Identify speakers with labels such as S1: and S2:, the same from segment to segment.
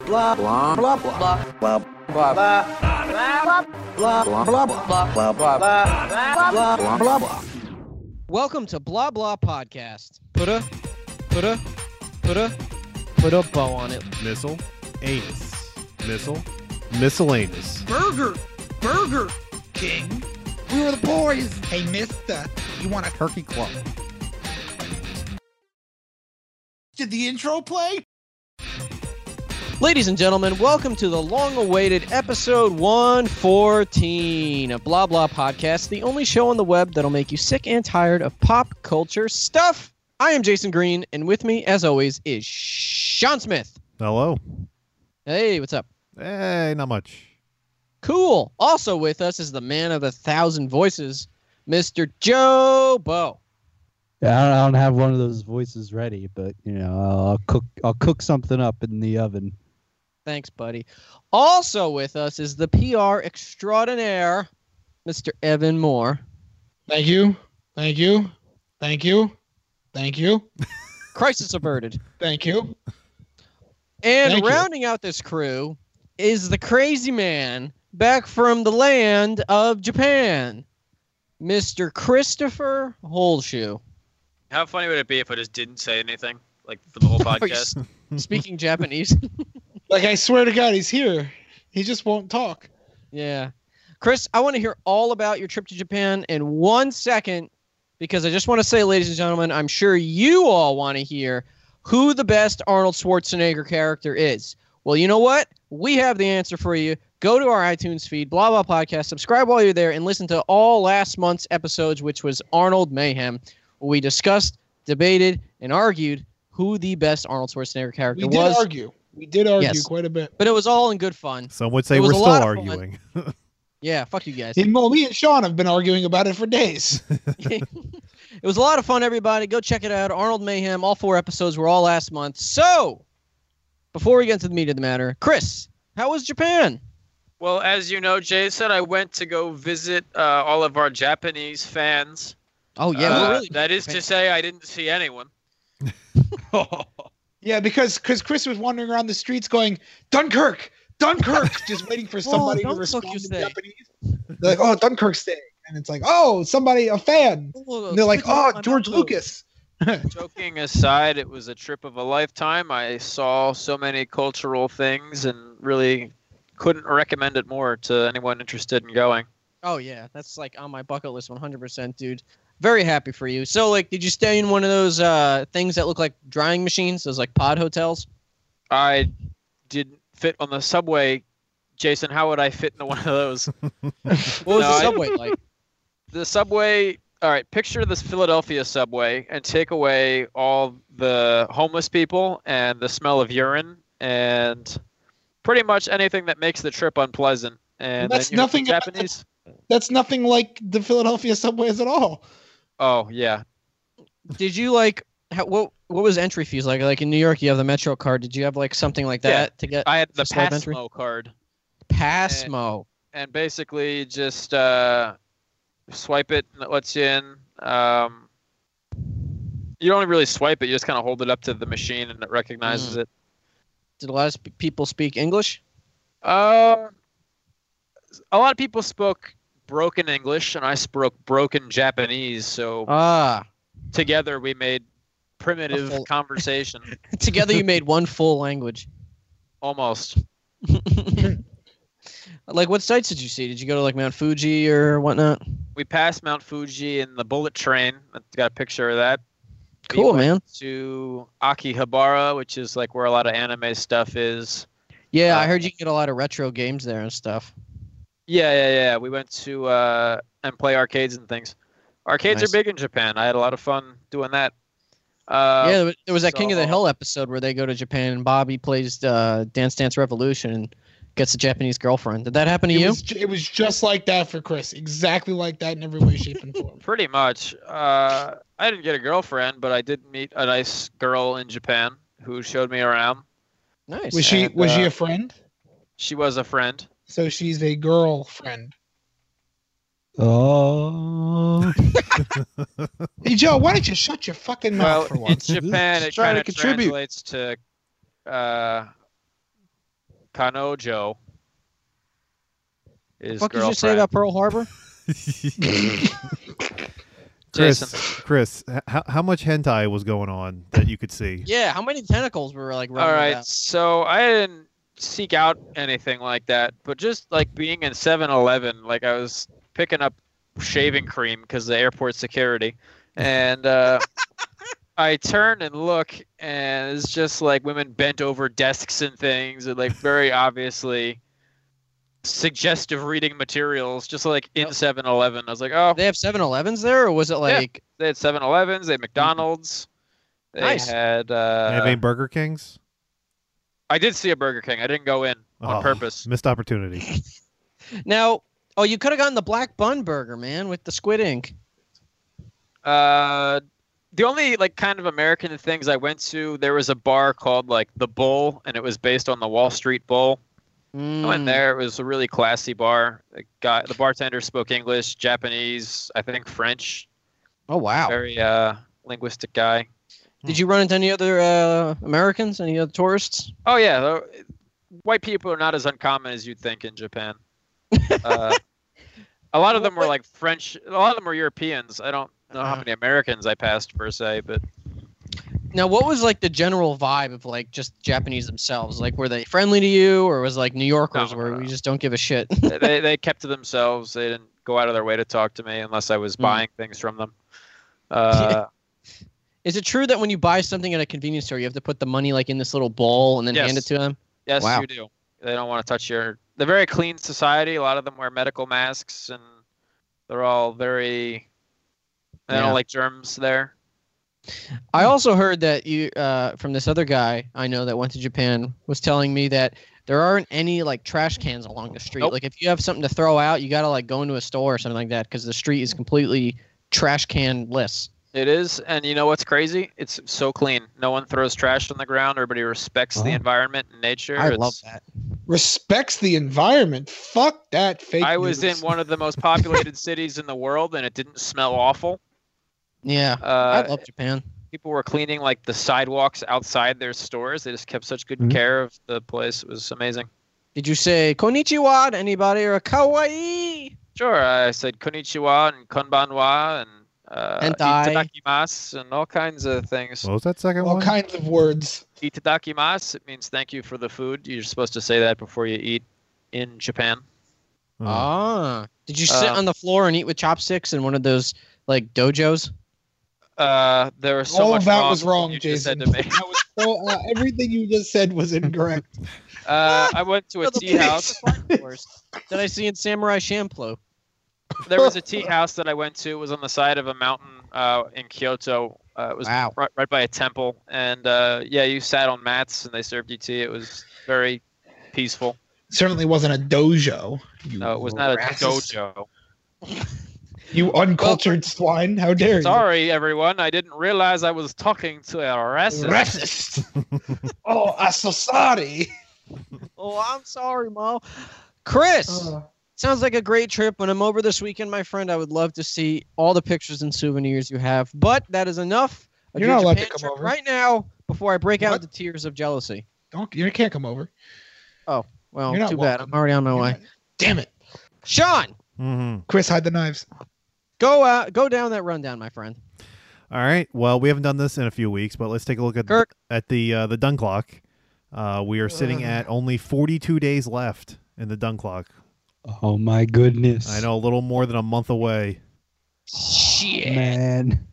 S1: blah blah blah blah blah blah blah blah blah blah blah blah blah blah blah blah blah.
S2: Welcome to Blah Blah Podcast. Put a, put a, put a, put a bow on it.
S3: Missile. Anus. Missile. Miscellaneous.
S4: Burger! Burger King! We were the boys! Hey, mister, you want a turkey club? Did the intro play?
S2: Ladies and gentlemen, welcome to the long awaited episode 114 of Blah Blah Podcast, the only show on the web that'll make you sick and tired of pop culture stuff. I am Jason Green, and with me, as always, is Sean Smith.
S3: Hello.
S2: Hey, what's up?
S3: Hey, not much.
S2: Cool. Also with us is the man of a thousand voices, Mr. Joe Bo.
S5: Yeah, I don't- I don't have one of those voices ready, but you know, I'll I'll cook. I'll cook something up in the oven.
S2: Thanks, buddy. Also with us is the PR extraordinaire, Mr. Evan Moore.
S4: Thank you. Thank you. Thank you. Thank you.
S2: Crisis averted.
S4: Thank you.
S2: And
S4: Thank you.
S2: rounding out this crew is the crazy man back from the land of Japan, Mr. Christopher Holshoe.
S6: How funny would it be if I just didn't say anything, like for the whole
S2: Oh,
S6: podcast?
S2: Speaking Japanese.
S4: Like, I swear to God, he's here. He just won't talk.
S2: Yeah. Chris, I want to hear all about your trip to Japan in one second because I just want to say, ladies and gentlemen, I'm sure you all want to hear who the best Arnold Schwarzenegger character is. Well, you know what? We have the answer for you. Go to our iTunes feed, blah, blah, podcast, subscribe while you're there, and listen to all last month's episodes, which was Arnold Mayhem. where We discussed, debated, and argued who the best Arnold Schwarzenegger
S4: We
S2: character
S4: did
S2: was,
S4: argue. We did argue
S2: Yes.
S4: quite a bit.
S2: but it was all in good fun.
S3: Some would say
S2: It was
S3: we're
S2: a
S3: still
S2: lot of fun.
S3: arguing.
S2: Yeah, fuck you guys.
S4: And, well, me and Sean have been arguing about it for days.
S2: It was a lot of fun, everybody. Go check it out. Arnold Mayhem. All four episodes were all last month. So, before we get into the meat of the matter, Chris, how was Japan?
S6: well, as you know, Jay said I went to go visit uh, all of our Japanese fans.
S2: Oh
S6: Uh,
S2: we're
S6: that is to say, I didn't see anyone.
S4: Yeah, because because Chris was wandering around the streets going Dunkirk, Dunkirk, just waiting for somebody to
S2: Dunkirk,
S4: respond
S2: you
S4: in
S2: say.
S4: Japanese. They're like, oh, Dunkirk's staying, and it's like, oh, somebody, a fan. And they're like, oh, George Lucas.
S6: Joking aside, it was a trip of a lifetime. I saw so many cultural things and really couldn't recommend it more to anyone interested in going.
S2: Oh yeah, that's like on my bucket list, 100%, dude. Very happy for you. So, like, did you stay in one of those uh, things that look like drying machines? Those like pod hotels?
S6: I didn't fit on the subway. Jason, how would I fit into one of those?
S2: What was
S6: No,
S2: the
S6: I-
S2: subway like?
S6: the subway all right picture this philadelphia subway and take away all the homeless people and the smell of urine and pretty much anything that makes the trip unpleasant and
S4: That's
S6: then you have the
S4: nothing about the-
S6: japanese
S4: That's nothing like the Philadelphia subways at all.
S6: oh yeah
S2: Did you like how, what? What was entry fees like? Like in New York, you have the Metro card. Did you have like something like
S6: Yeah. Uh,
S2: that to get
S6: i had the
S2: Just slab entry?
S6: pasmo card
S2: Passmo?
S6: and basically just uh, swipe it and it lets you in um, you don't really swipe it you just kind of hold it up to the machine and it recognizes it
S2: Did a lot of sp- people speak English?
S6: Um, a lot of people spoke broken English, and I spoke broken Japanese. So
S2: Ah.
S6: together we made primitive
S2: full-
S6: conversation,
S2: Together you made one full language.
S6: almost.
S2: Like, what sites did you see? Did you go to like Mount Fuji or whatnot?
S6: We passed Mount Fuji in the bullet train. I got a picture of that. We
S2: Cool,
S6: went
S2: man.
S6: To Akihabara, which is like where a lot of anime stuff is.
S2: Yeah, I
S6: Uh,
S2: heard you get a lot of retro games there and stuff.
S6: Yeah, yeah, yeah. We went to uh, and play arcades and things. Arcades
S2: Nice.
S6: are big in Japan. I had a lot of fun doing that. Uh,
S2: yeah, there was, there was that King of the
S6: so-
S2: Hill episode where they go to Japan and Bobby plays uh, Dance Dance Revolution and gets a Japanese girlfriend. Did that happen to
S4: It
S2: you?
S4: was, ju- it was just like that for Chris, exactly like that in every way, shape, and form.
S6: Pretty much. Uh, I didn't get a girlfriend, but I did meet a nice girl in Japan who showed me around.
S2: Nice.
S4: Was she
S6: And,
S4: was she
S6: uh,
S4: a friend?
S6: She was a friend.
S4: So she's a girlfriend.
S5: Oh,
S4: Hey Joe, why don't you shut your fucking mouth
S6: Well,
S4: for
S6: in
S4: once?
S6: Japan, it
S7: Just trying
S6: kind
S7: to
S6: of
S7: contribute.
S6: translates to uh, Kano Joe is
S2: What did
S6: girlfriend.
S2: you say about Pearl Harbor?
S3: Chris,
S6: Jason.
S3: Chris, h- how, how much hentai was going on that you could see?
S2: yeah. How many tentacles were like?
S6: All right, so I didn't seek out anything like that, but just like being in 7-Eleven, like I was picking up shaving cream because the airport security, and uh, I turn and look, and it's just like women bent over desks and things, and like very obviously suggestive reading materials, just like in 7-Eleven. I was like, oh,
S2: They have 7-Elevens there, or was it like?
S6: they had 7-Elevens, they had McDonald's. They
S2: Nice.
S6: had.
S3: They have
S6: Uh,
S3: any Burger Kings?
S6: I did see a Burger King. I didn't go in on
S3: Oh,
S6: purpose.
S3: Missed opportunity.
S2: Now, oh, you could have gotten the black bun burger, man, with the squid ink.
S6: Uh, the only like kind of American things I went to, there was a bar called like the Bull, and it was based on the Wall Street Bull. I went
S2: Mm.
S6: there; it was a really classy bar. The guy, the bartender spoke English, Japanese, I think French.
S2: Oh wow!
S6: Very uh, linguistic guy.
S2: Did you run into any other uh, Americans? Any other tourists?
S6: Oh yeah, though, white people are not as uncommon as you'd think in Japan. Uh, a lot of them were
S2: What-
S6: like French. A lot of them were Europeans. I don't know how
S2: Uh.
S6: many Americans I passed per se, but
S2: Now, what was like the general vibe of like just Japanese themselves? Like, were they friendly to you, or was like New Yorkers
S6: No,
S2: where
S6: no,
S2: we
S6: no.
S2: just don't give a shit?
S6: they they kept to themselves. They didn't go out of their way to talk to me unless I was
S2: Mm.
S6: buying things from them. Uh,
S2: Is it true that when you buy something at a convenience store, you have to put the money like in this little bowl and then
S6: Yes.
S2: hand it to them?
S6: yes,
S2: Wow.
S6: you do. They don't want to touch your. They're very clean society. A lot of them wear medical masks, and they're all very. They
S2: Yeah.
S6: don't like germs there. Hmm.
S2: I also heard that you uh, from this other guy I know that went to Japan was telling me that there aren't any like trash cans along the street.
S6: Nope.
S2: Like if you have something to throw out, you gotta like go into a store or something like that because the street is completely trash can less.
S6: It is, and you know what's crazy? It's so clean. No one throws trash on the ground. Everybody respects the
S5: Wow.
S6: environment and nature.
S2: I
S6: It's-
S2: love that.
S4: Respects the environment. Fuck that fake.
S6: I was in
S4: news.
S6: one of the most populated cities in the world, and it didn't smell awful.
S2: Yeah,
S6: Uh,
S2: I love Japan.
S6: people were cleaning like the sidewalks outside their stores. They just kept such good
S5: Mhm.
S6: care of the place. It was amazing.
S2: Did you say konnichiwa to anybody or a kawaii?
S6: Sure, I said konnichiwa and konbanwa and uh,
S2: Hentai.
S6: itadakimasu and all kinds of things.
S3: What was that second
S4: all
S3: one?
S4: kinds of words.
S6: Itadakimasu it means thank you for the food. You're supposed to say that before you eat in Japan.
S3: Oh.
S2: Ah, did you sit
S6: Hmm. Uh,
S2: on the floor and eat with chopsticks in one of those like dojos?
S6: Uh, there was so
S4: all
S6: much
S4: of that
S6: wrong
S4: was
S6: with what
S4: wrong,
S6: you
S4: Jason.
S6: just said to me.
S4: That was so, uh, everything you just said was incorrect.
S6: Uh, I went to a
S2: That's
S6: tea house.
S2: that I see in Samurai Champloo.
S6: There was a tea house that I went to. It was on the side of a mountain uh, in Kyoto. Uh, it was
S2: Wow.
S6: right, right by a temple. And uh, yeah, you sat on mats and they served you tea. It was very peaceful.
S4: Certainly wasn't a dojo. you
S6: No, it was not a
S4: racist.
S6: dojo.
S4: You uncultured swine. How dare you?
S6: Sorry, everyone. I didn't realize I was talking to a racist.
S4: Racist. oh, I'm so sorry.
S2: Oh, I'm sorry, Mo. Chris,
S4: Uh,
S2: sounds like a great trip. When I'm over this weekend, my friend, I would love to see all the pictures and souvenirs you have. But that is enough. of
S4: You're
S2: your
S4: not allowed to
S2: Japan
S4: come
S2: trip
S4: over.
S2: right now before I break out
S4: What?
S2: into tears of jealousy.
S4: don't you can't come over.
S2: Well,
S4: You're not
S2: too bad.
S4: welcome.
S2: I'm already on my way.
S4: Damn it,
S2: Sean,
S3: Mhm.
S4: Chris, hide the knives.
S2: go out, go down that rundown, my friend.
S3: All right. Well, we haven't done this in a few weeks, but let's take a look at
S2: Kirk.
S3: at the uh, the dun clock. Uh, we are sitting at only 42 days left in the dun clock.
S5: Oh my goodness!
S3: I know a little more than a month away.
S2: Shit.
S5: man.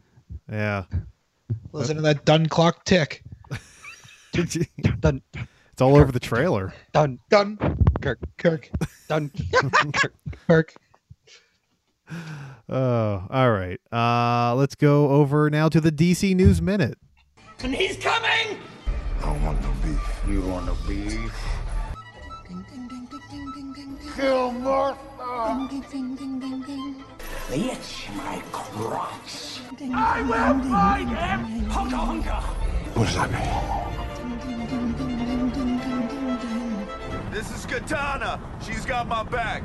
S3: Yeah.
S4: Listen to that dun clock tick.
S3: it's
S5: Dun
S3: all over the trailer.
S5: dun
S4: Dun.
S5: Kirk.
S4: Kirk.
S5: dun.
S4: Kirk.
S3: Oh, all right. Uh, let's go over now to the DC News Minute.
S7: and he's coming!
S8: I want the beef. You want the beef?
S7: Ding ding ding ding ding ding ding ding
S8: Kill more.
S7: ding ding ding ding ding.
S8: It's my crotch.
S7: Ding, I will find him! Hunka hunka!
S8: What does that
S7: Ding
S8: mean?
S7: ding ding ding ding ding ding ding ding.
S9: This is Katana. She's got my back.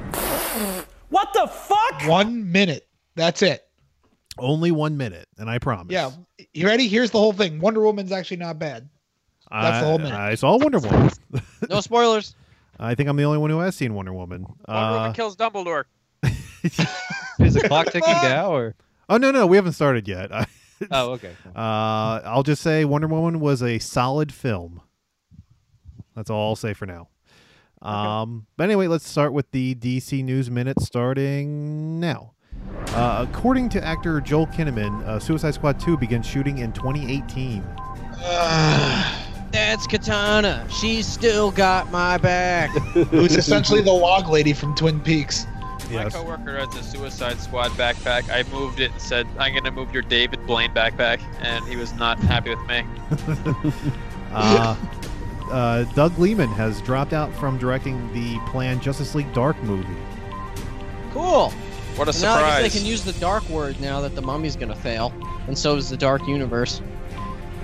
S4: One minute. That's it.
S3: Only one minute, and I promise.
S4: Yeah. You ready? Here's the whole thing. Wonder Woman's actually not bad.
S3: I,
S4: that's the whole minute.
S3: I saw Wonder Woman.
S2: No spoilers.
S3: I think I'm the only one who has seen Wonder Woman.
S6: Wonder Woman
S3: Uh,
S6: kills Dumbledore.
S5: Is the clock ticking now or?
S3: oh no, no, we haven't started yet. uh,
S5: Oh, okay.
S3: I'll just say Wonder Woman was a solid film. That's all I'll say for now. Um, but anyway, let's start with the DC News Minute starting now. Uh, according to actor Joel Kinnaman, uh, Suicide Squad 2 begins shooting in 2018.
S2: That's Katana. She's still got my back.
S4: Who's essentially the log lady from Twin Peaks.
S6: My coworker has a Suicide Squad backpack. I moved it and said, "I'm gonna move your David Blaine backpack," and he was not happy with me.
S3: Uh, uh, Doug Lehman has dropped out from directing the planned Justice League Dark movie.
S2: cool.
S6: What a
S2: So now I
S6: surprise!
S2: guess they can use the dark word now that the mummy's gonna fail, and so is the dark universe.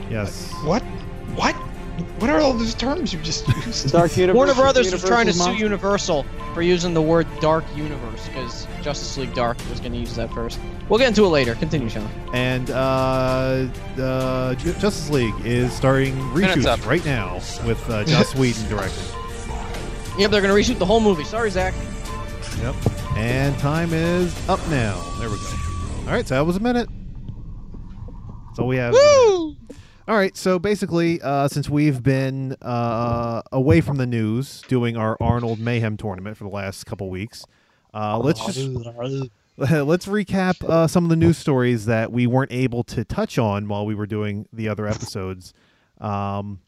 S3: Yes.
S4: What? What? What are all those terms you just
S5: The
S4: used?
S5: Dark Universe.
S2: Warner
S5: is
S2: Brothers was trying to
S5: Universal's
S2: sue Universal for using the word dark universe because Justice League Dark was gonna use that first. We'll get into it later. Continue, Sean.
S3: And uh, uh, Ju- Justice League is starting
S6: Minute's
S3: reshoots
S6: up.
S3: right now with uh, Joss Whedon directing.
S2: Yep, they're gonna reshoot the whole movie. Sorry, Zach.
S3: Yep. And time is up now. There we go. All right, so that was a minute. That's all we have.
S2: Woo!
S3: All right, so basically, uh, since we've been uh, away from the news doing our Arnold Mayhem tournament for the last couple weeks, uh, let's just
S5: Marvel.
S3: let's recap uh, some of the news stories that we weren't able to touch on while we were doing the other episodes. Um,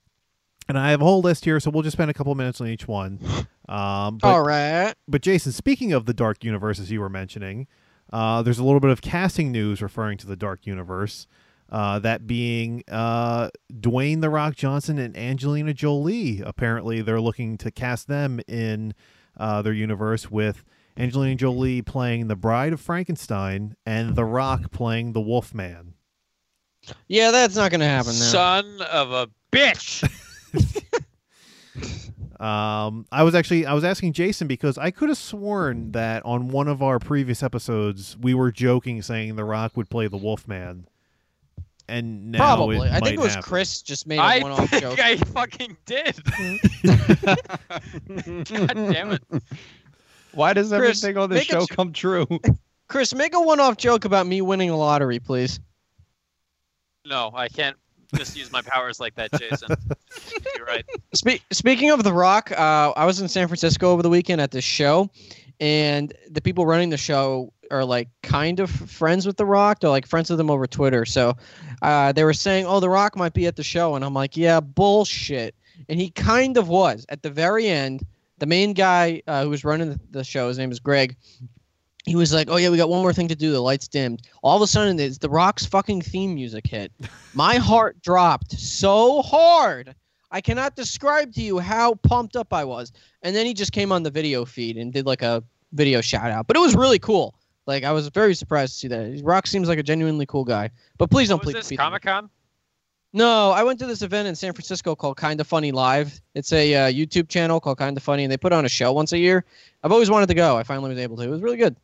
S3: and I have a whole list here, so we'll just spend a couple minutes on each one. Um, but,
S2: All right.
S3: but Jason, speaking of the Dark Universe, as you were mentioning, uh, there's a little bit of casting news referring to the Dark Universe. Uh, that being uh, Dwayne the Rock Johnson and Angelina Jolie. Apparently, they're looking to cast them in uh, their universe with Angelina Jolie playing the Bride of Frankenstein and The Rock playing the Wolfman.
S2: Yeah, that's not gonna happen. Now.
S6: Son of a bitch!
S3: Um, I was actually I was asking Jason because I could have sworn that on one of our previous episodes we were joking saying The Rock would play the Wolfman, and now
S2: Probably.
S3: it
S2: I
S3: might
S2: think it was
S3: happen.
S2: Chris just made
S6: I
S2: a one-off
S6: think
S2: joke.
S6: I fucking did. God damn it!
S5: Why does
S2: Chris,
S5: everything on this
S2: make a
S5: show
S2: ch-
S5: come true?
S2: Chris, make a one-off joke about me winning the lottery, please.
S6: No, I can't just use my powers like that, Jason. You're right.
S2: Spe- speaking of The Rock, uh, I was in San Francisco over the weekend at this show, and the people running the show are like kind of friends with The Rock. They're like friends with him over Twitter. So uh, they were saying, "Oh, The Rock might be at the show," and I'm like, "Yeah, bullshit." And he kind of was at the very end. The main guy uh, who was running the, the show, his name is Greg. He was like, "Oh yeah, we got one more thing to do. The lights dimmed." All of a sudden, it's The Rock's fucking theme music hit. My heart dropped so hard. I cannot describe to you how pumped up I was. And then he just came on the video feed and did like a video shout out. But it was really cool. Like I was very surprised to see that. Rock seems like a genuinely cool guy. But please don't
S6: What was
S2: please
S6: this Comic Con?
S2: No, I went to this event in San Francisco called Kinda Funny Live. It's a uh, YouTube channel called Kinda Funny, and they put on a show once a year. I've always wanted to go. I finally was able to. It was really good.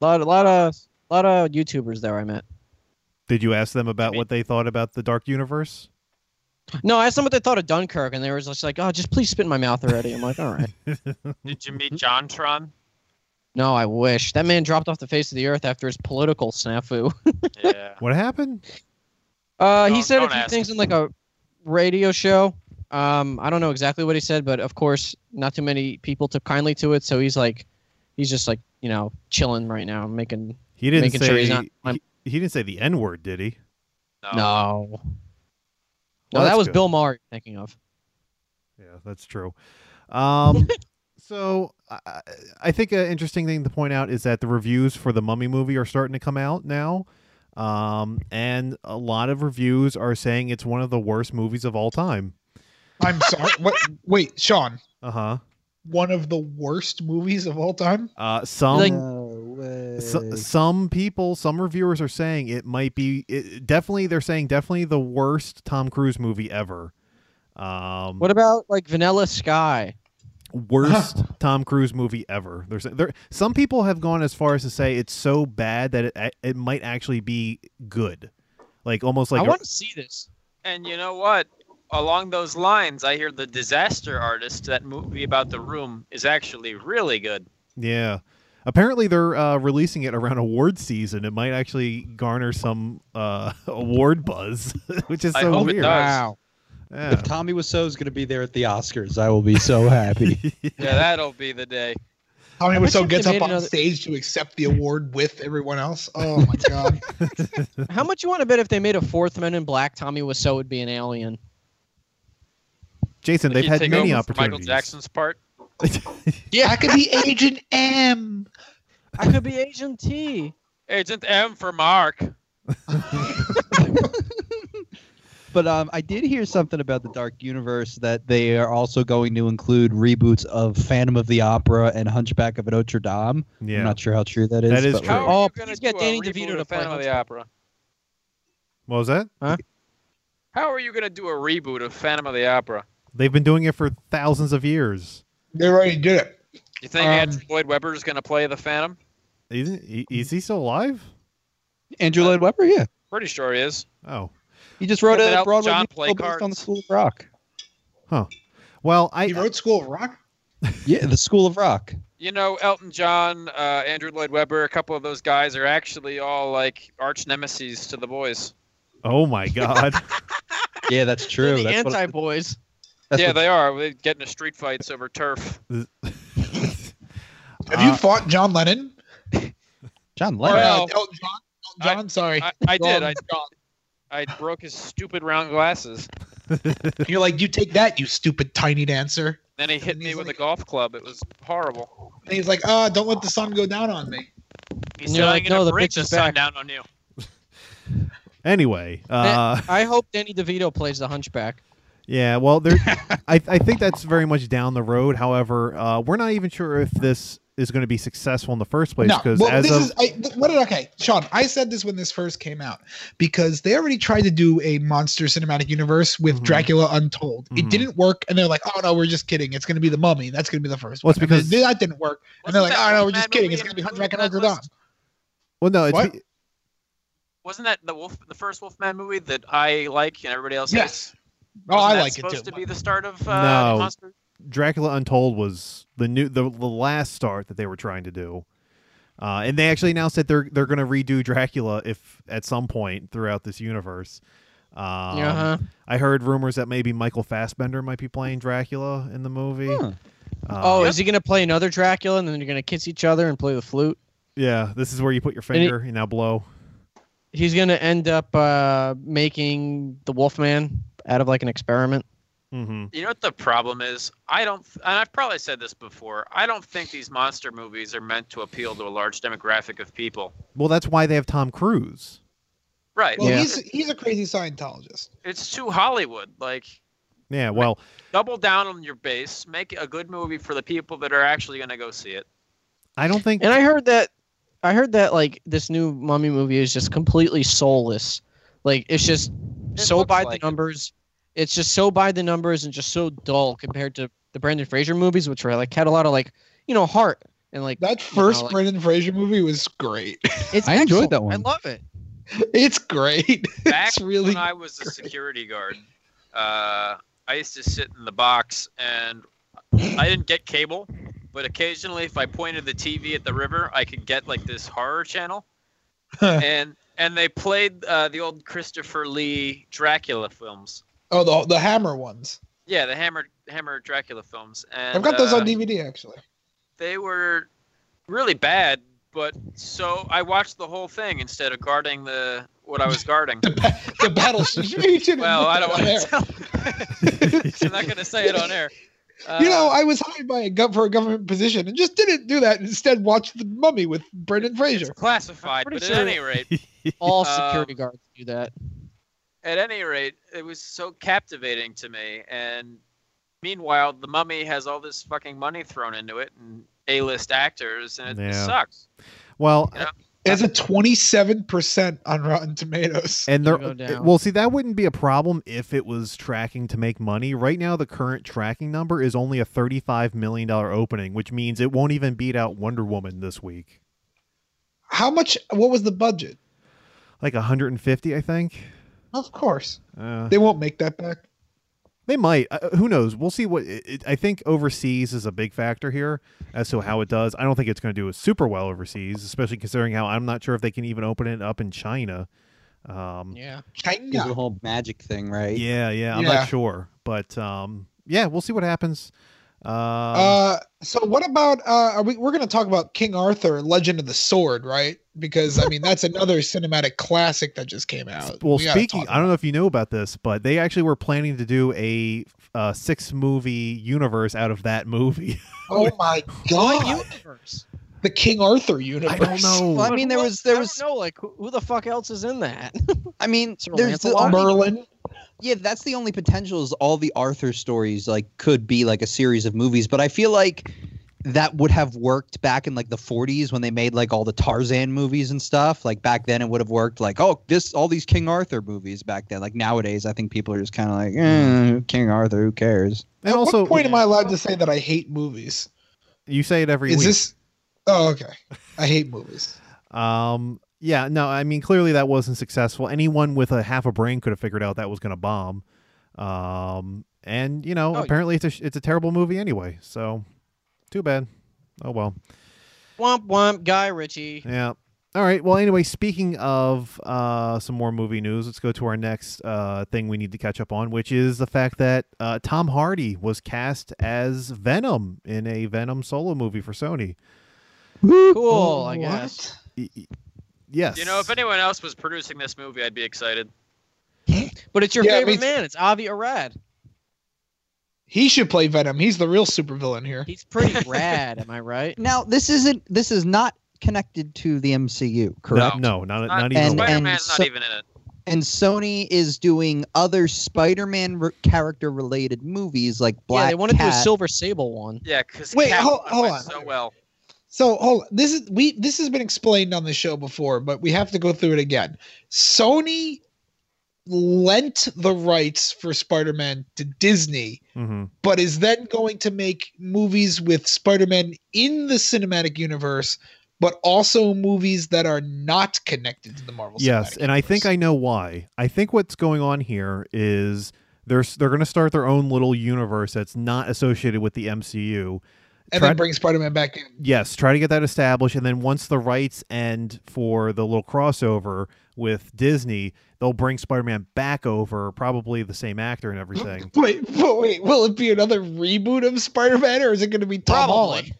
S2: A lot, a lot of, lot of YouTubers there I met.
S3: Did you ask them about what they thought about the Dark Universe?
S2: No, I asked them what they thought of Dunkirk, and they were just like, "Oh, just please spit in my mouth already." I'm like, "All right."
S6: Did you meet Jontron?
S2: No, I wish. That man dropped off the face of the earth after his political snafu.
S6: Yeah.
S3: What happened?
S2: Uh, he
S6: Don't-
S2: said a
S6: don't
S2: few
S6: ask
S2: things in like a radio show. Um, I don't know exactly what he said, but of course, not too many people took kindly to it. So he's like, he's just like, you know, chilling right now, making
S3: He didn't
S2: Making
S3: say.
S2: sure he's not- I'm-
S3: he, he didn't say the N word, did he?
S6: Oh.
S2: no. No,
S3: Well,
S2: that
S3: that's
S2: was
S3: good.
S2: Bill Maher you're thinking of.
S3: Yeah, that's true. Um, so I, I think an interesting thing to point out is that the reviews for the Mummy movie are starting to come out now, um, and a lot of reviews are saying it's one of the worst movies of all time.
S4: I'm sorry. What? Wait, Sean.
S3: Uh-huh.
S4: One of the worst movies of all time.
S3: Uh Some
S2: Like-
S5: no way.
S3: so, some people, some reviewers are saying it might be it, definitely. They're saying definitely the worst Tom Cruise movie ever. Um,
S2: What about like Vanilla Sky?
S3: worst Tom Cruise movie ever. There's there some people have gone as far as to say it's so bad that it it might actually be good. Like almost like
S2: I
S3: a-
S2: want to see this.
S6: And you know what? along those lines, I hear the Disaster Artist, that movie about the room, is actually really good.
S3: Yeah. Apparently they're uh, releasing it around award season. It might actually garner some uh, award buzz, which is so
S6: I hope it
S3: weird.
S6: does.
S3: Yeah.
S5: If Tommy Wiseau is going to be there at the Oscars, I will be so happy.
S6: Yeah, that'll be the day.
S4: Tommy
S2: I bet you
S4: Wiseau
S2: if
S4: gets
S2: they
S4: up
S2: made
S4: on
S2: another-
S4: stage to accept the award with everyone else. Oh my god!
S2: How much you want to bet if they made a fourth Men in Black, Tommy Wiseau would be an alien?
S3: Jason, they've
S6: You
S3: had
S6: take
S3: many
S6: over for
S3: opportunities.
S6: Michael Jackson's part.
S4: yeah, I could be Agent M.
S2: I could be Agent T.
S6: Agent M for Mark.
S5: but um, I did hear something about the Dark Universe that they are also going to include reboots of Phantom of the Opera and Hunchback of Notre Dame.
S3: Yeah.
S5: I'm not sure how true that is.
S3: That is
S5: but,
S3: true.
S6: How
S5: like,
S6: are
S2: Oh,
S6: you gonna
S2: please get
S6: do
S2: Danny
S6: a
S2: DeVito
S6: reboot
S2: to
S6: of
S2: play
S6: Phantom of the
S2: Hunchback.
S6: Opera?
S3: What was that?
S6: How are you gonna do a reboot of Phantom of the Opera?
S3: They've been doing it for thousands of years.
S4: They already did it.
S6: You think
S4: Um,
S6: Andrew Lloyd Webber is gonna play the Phantom?
S3: Isn't, i- is he still alive?
S5: Andrew Lloyd Webber, yeah.
S6: Pretty sure he is.
S3: Oh,
S5: He just wrote
S6: Yeah, but
S5: a
S6: Elton
S5: Broadway
S6: John
S5: musical
S6: play
S5: based on the
S6: cards.
S5: School of Rock.
S3: well, I
S4: He wrote School of Rock.
S5: Yeah, the School of Rock.
S6: You know, Elton John, uh, Andrew Lloyd Webber, a couple of those guys are actually all like arch nemesis to the boys.
S3: oh my god,
S5: Yeah, that's true.
S2: the
S5: that's what-
S2: anti boys.
S5: that's
S6: yeah,
S5: what-
S6: they are. They get into street fights over turf.
S4: Have
S3: Uh,
S4: you fought John Lennon?
S5: John
S4: Or, uh,
S5: Lennon.
S6: Well,
S4: Elton John. Elton John, sorry.
S6: Oh, I, I
S4: Wrong
S6: did. I,
S4: John.
S6: I broke his stupid round glasses.
S4: You're like, you take that, you stupid tiny dancer.
S6: Then he hit
S4: And
S6: me
S4: he's
S6: with a
S4: like-
S6: golf club. It was horrible.
S4: And he's like, uh, don't let the sun go down on me.
S6: He's
S2: And you're
S6: not
S2: like,
S6: gonna
S2: "No, the
S6: bring
S2: bitch is back."
S6: sun down on you.
S3: anyway, uh,
S2: I hope Danny DeVito plays the Hunchback.
S3: yeah. Well, there, I, I think that's very much down the road. However, uh, we're not even sure if this is going to be successful in the first place
S4: No,
S3: because
S4: well,
S3: as
S4: this
S3: of
S4: is I, th- what did okay, Sean. I said this when this first came out because they already tried to do a monster cinematic universe with
S3: Mhm.
S4: Dracula Untold.
S3: Mhm.
S4: It didn't work, and they're like, "Oh no, we're just kidding. It's going to be the Mummy. That's going to be the first
S3: Well,
S4: one."
S3: it's
S4: And then
S3: because-
S4: that didn't work, and they're like,
S6: Wasn't that
S4: "Oh no,
S6: one
S4: we're
S6: bad
S4: just kidding.
S6: movie
S4: It's going to be
S6: included
S4: Hunchback
S6: in
S4: and
S6: that
S4: Notre Dame."
S6: list?
S3: well, no, it's
S4: What?
S3: be-
S6: Wasn't that the Wolf, the first Wolfman movie that I like and everybody else hates?
S4: Yes. Oh,
S6: Wasn't
S4: I
S6: that
S4: like it
S6: supposed
S4: too.
S6: to be the start of uh,
S3: No.
S6: the monster.
S3: Dracula Untold was the new the, the last start that they were trying to do. Uh, and they actually announced that they're they're going to redo Dracula if at some point throughout this universe. Um,
S2: uh-huh.
S3: I heard rumors that maybe Michael Fassbender might be playing Dracula in the movie.
S4: Hmm.
S5: Huh.
S3: Uh,
S5: Um,
S2: oh, is he going to play another Dracula and then they're going to kiss each other and play the flute?
S3: yeah. This is where you put your
S2: And he-
S3: finger and now blow.
S2: He's going to end up uh, making the Wolfman out of like an experiment.
S3: hmm
S6: You know what the problem is? I don't, and I've probably said this before. I don't think these monster movies are meant to appeal to a large demographic of people.
S3: Well, that's why they have Tom Cruise.
S6: Right.
S4: Well,
S2: Yeah.
S4: he's he's a crazy Scientologist.
S6: It's too Hollywood. Like,
S3: Yeah. Well,
S6: double down on your base. Make a good movie for the people that are actually going to go see it.
S3: I don't think.
S2: And I heard that I heard that like this new mummy movie is just completely soulless. Like it's just
S6: It
S2: so
S6: looks
S2: by
S6: like it.
S2: the numbers. It's just so by the numbers and just so dull compared to the Brandon Fraser movies, which were like had a lot of like you know heart and like
S4: That first
S2: like-
S4: Brendan Fraser movie was great.
S2: it's
S5: I enjoyed
S2: excellent.
S5: that one.
S2: I love it.
S4: it's great.
S6: Back
S4: it's really
S6: when I was a security guard, uh, I used to sit in the box, and I didn't get cable, but occasionally, if I pointed the TV at the river, I could get like this horror channel, and and they played uh, the old Christopher Lee Dracula films.
S4: oh the the Hammer ones.
S6: Yeah, the Hammer Hammer Dracula films. And
S4: I've got those
S6: uh,
S4: on DVD actually.
S6: they were really bad, but so I watched the whole thing instead of guarding the what I was guarding.
S4: The battle. you shouldn't
S6: well, I don't
S4: put
S6: want
S4: that
S6: to
S4: there.
S6: tell. I'm not going to say it on air. Uh,
S4: you know, I was hired by a gov- for a government position and just didn't do that. Instead, watched The Mummy with Brendan
S6: it's
S4: Fraser.
S6: classified,
S2: I'm
S6: but
S2: pretty
S6: at
S2: sure-
S6: any rate,
S2: All
S6: Um,
S2: security guards do that.
S6: at any rate, it was so captivating to me. And meanwhile, the Mummy has all this fucking money thrown into it and A-list actors, and it
S3: Yeah.
S6: sucks.
S3: well,
S6: Yeah.
S4: It has a twenty-seven percent on Rotten Tomatoes.
S3: And
S2: It'll
S3: there,
S2: go down.
S3: well, see, that wouldn't be a problem if it was tracking to make money. Right now, the current tracking number is only a thirty-five million dollar opening, which means it won't even beat out Wonder Woman this week.
S4: How much? What was the budget?
S3: Like hundred and fifty, I think.
S4: Of course,
S3: Uh,
S4: they won't make that back.
S3: They might. Uh, who knows? We'll see what. It, it- I think overseas is a big factor here as to how it does. I don't think it's going to do super well overseas, especially considering how I'm not sure if they can even open it up in China. Um,
S2: Yeah.
S5: There's a
S4: China.
S5: whole magic thing, right?
S3: yeah, yeah. I'm
S4: Yeah.
S3: not sure, but um, yeah, we'll see what happens. Um,
S4: Uh, so what about uh, are we? We're gonna talk about King Arthur, Legend of the Sword, right? Because I mean, that's another cinematic classic that just came out.
S3: well,
S4: We gotta
S3: speaking,
S4: talk
S3: I don't know if you know about this, but they actually were planning to do a uh, six movie universe out of that movie.
S4: about it. Oh my
S2: What
S4: god,
S2: universe?
S4: the King Arthur universe.
S3: I don't know.
S5: Well, I mean, there
S2: What-
S5: was there
S2: I
S5: was
S2: don't know, like who, who the fuck else is in that?
S5: I mean,
S2: Sir
S5: there's the
S2: Lancelot?
S5: only-
S4: Merlin.
S5: yeah, that's the only potential is all the Arthur stories like could be like a series of movies, but I feel like that would have worked back in like the 40s when they made like all the Tarzan movies and stuff. Like back then, it would have worked. Like oh, this all these King Arthur movies back then. Like nowadays, I think people are just kind of like eh, King Arthur, who cares?
S3: and
S4: At
S3: also,
S4: what point am I allowed to say that I hate movies?
S3: you say it every
S4: Is
S3: week.
S4: this? Oh, okay. I hate movies.
S3: Um, yeah, no, I mean, clearly that wasn't successful. Anyone with a half a brain could have figured out that was going to bomb. Um, and you know,
S2: Oh, yeah.
S3: apparently it's a, sh- it's a terrible movie anyway. So, too bad. Oh well.
S2: womp womp, Guy Ritchie.
S3: Yeah. All right. Well, anyway, speaking of uh, some more movie news, let's go to our next uh, thing we need to catch up on, which is the fact that uh, Tom Hardy was cast as Venom in a Venom solo movie for Sony.
S2: Cool, I guess.
S3: Y- y- Yes.
S6: You know, if anyone else was producing this movie, I'd be excited.
S2: But it's your
S4: Yeah, I
S2: favorite
S4: mean-
S2: man. It's Avi Arad.
S4: He should play Venom. He's the real supervillain here.
S2: He's pretty rad. Am I right?
S5: Now this isn't this is not connected to the MCU, correct?
S3: no, not not,
S6: Not-
S3: even.
S5: And-
S3: a little.
S6: Spider-Man's
S5: so-
S6: not even in it.
S5: and Sony is doing other Spider-Man re- character-related movies like Black
S2: yeah, they wanted to do a
S5: Cat.
S2: Silver Sable one.
S6: Yeah, because
S4: Wait, hold- hold on.
S6: so well.
S4: So hold on. this is we this has been explained on the show before, but we have to go through it again. Sony lent the rights for Spider-Man to Disney,
S3: Mhm.
S4: but is then going to make movies with Spider-Man in the cinematic universe, but also movies that are not connected to the Marvel.
S3: Yes,
S4: Cinematic
S3: and I think
S4: Universe.
S3: I know why. I think what's going on here is they're they're going to start their own little universe that's not associated with the MCU.
S4: and
S3: tried-
S4: then bring Spider-Man back in.
S3: Yes, try to get that established, and then once the rights end for the little crossover with Disney, they'll bring Spider-Man back over, probably the same actor and everything.
S4: Wait, but wait, will it be another reboot of Spider-Man, or is it going to be Tom
S2: Probably.
S4: Holland?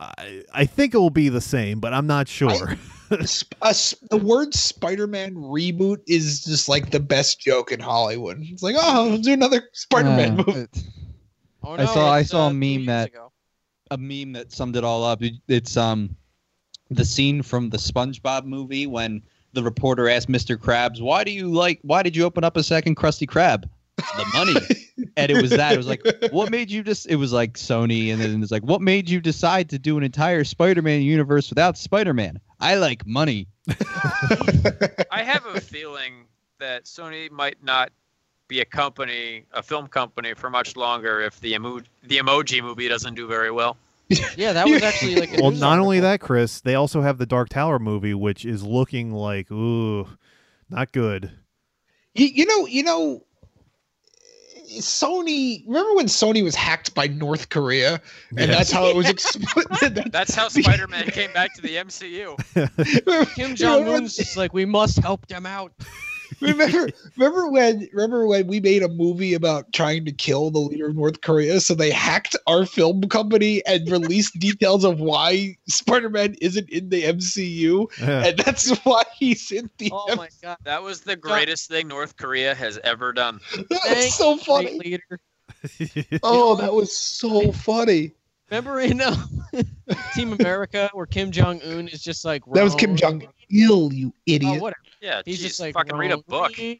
S3: I, I think it will be the same, but I'm not sure.
S4: Sp- a s- the word Spider-Man reboot is just like the best joke in Hollywood. It's like, oh, let's do another Spider-Man
S5: Uh,
S4: movie.
S2: Oh,
S5: I saw- I
S2: it's,
S5: saw a
S2: two
S5: meme
S2: years
S5: that-
S2: ago.
S5: a meme that summed it all up. It- It's um the scene from the SpongeBob movie when the reporter asked Mr. Krabs, "Why do you like? Why did you open up a second Krusty Krab?" The money, and it was that. It was like, what made you just? It was like Sony, and then it's like, what made you decide to do an entire Spider-Man universe without Spider-Man? I like money.
S6: I have a feeling that Sony might not be a company, a film company, for much longer if the emo- the emoji movie doesn't do very well.
S2: Yeah, that was actually like. a
S3: well,
S2: news
S3: not only
S2: article.
S3: that, Chris, they also have the Dark Tower movie, which is looking like ooh, not good.
S4: You, you know, you know, Sony. Remember when Sony was hacked by North Korea, and that's how it was exploded.
S6: That's how Spider-Man came back to the MCU.
S2: Kim Jong Un's just like, we must help them out.
S4: remember, remember when, remember when we made a movie about trying to kill the leader of North Korea? So they hacked our film company and released details of why Spider-Man isn't in the MCU,
S3: Yeah.
S4: and that's why he's in the.
S2: Oh my god,
S6: That was the greatest thing North Korea has ever done.
S4: That's so funny.
S2: great leader.
S4: Oh, that was so funny.
S2: Remember in um, Team America where Kim Jong Un is just like.
S4: That was Kim
S2: "Rome."
S4: Jong Il, you
S2: Oh,
S4: idiot.
S2: whatever.
S6: Yeah,
S2: He's
S6: geez,
S2: just like
S6: fucking read a book.
S2: "Rome."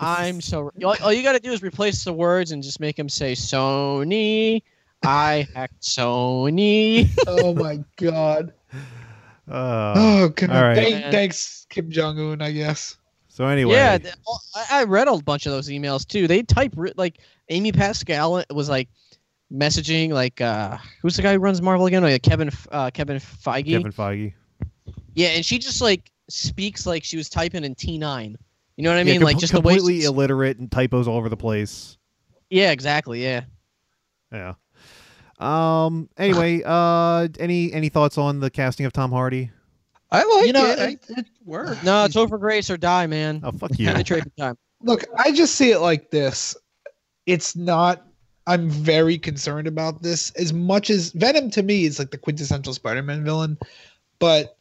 S2: I'm so. All, all you got to do is replace the words and just make him say Sony. I hacked Sony.
S4: oh my god.
S3: Uh,
S4: Oh god.
S3: all right.
S4: Thank- thanks, Kim Jong Un. I guess.
S3: so anyway,
S2: Yeah, th- all- I, I read a bunch of those emails too. They type writ- like Amy Pascal was like messaging like uh who's the guy who runs Marvel again? Like Kevin F- uh, Kevin Feige.
S3: Kevin Feige.
S2: Yeah, and she just like speaks like she was typing in T nine. You know what I
S3: Yeah,
S2: mean?
S3: com-
S2: like just the way
S3: completely
S2: she's-
S3: illiterate and typos all over the place.
S2: Yeah, exactly. Yeah.
S3: Yeah. Um. Anyway, uh, any any thoughts on the casting of Tom Hardy?
S5: I like
S2: You know,
S5: it. It, it worked.
S2: No, it's over grace or die, man.
S3: Oh fuck you!
S2: Penny Trafford time.
S4: Look, I just see it like this. It's not. I'm very concerned about this as much as Venom to me is like the quintessential Spider-Man villain, but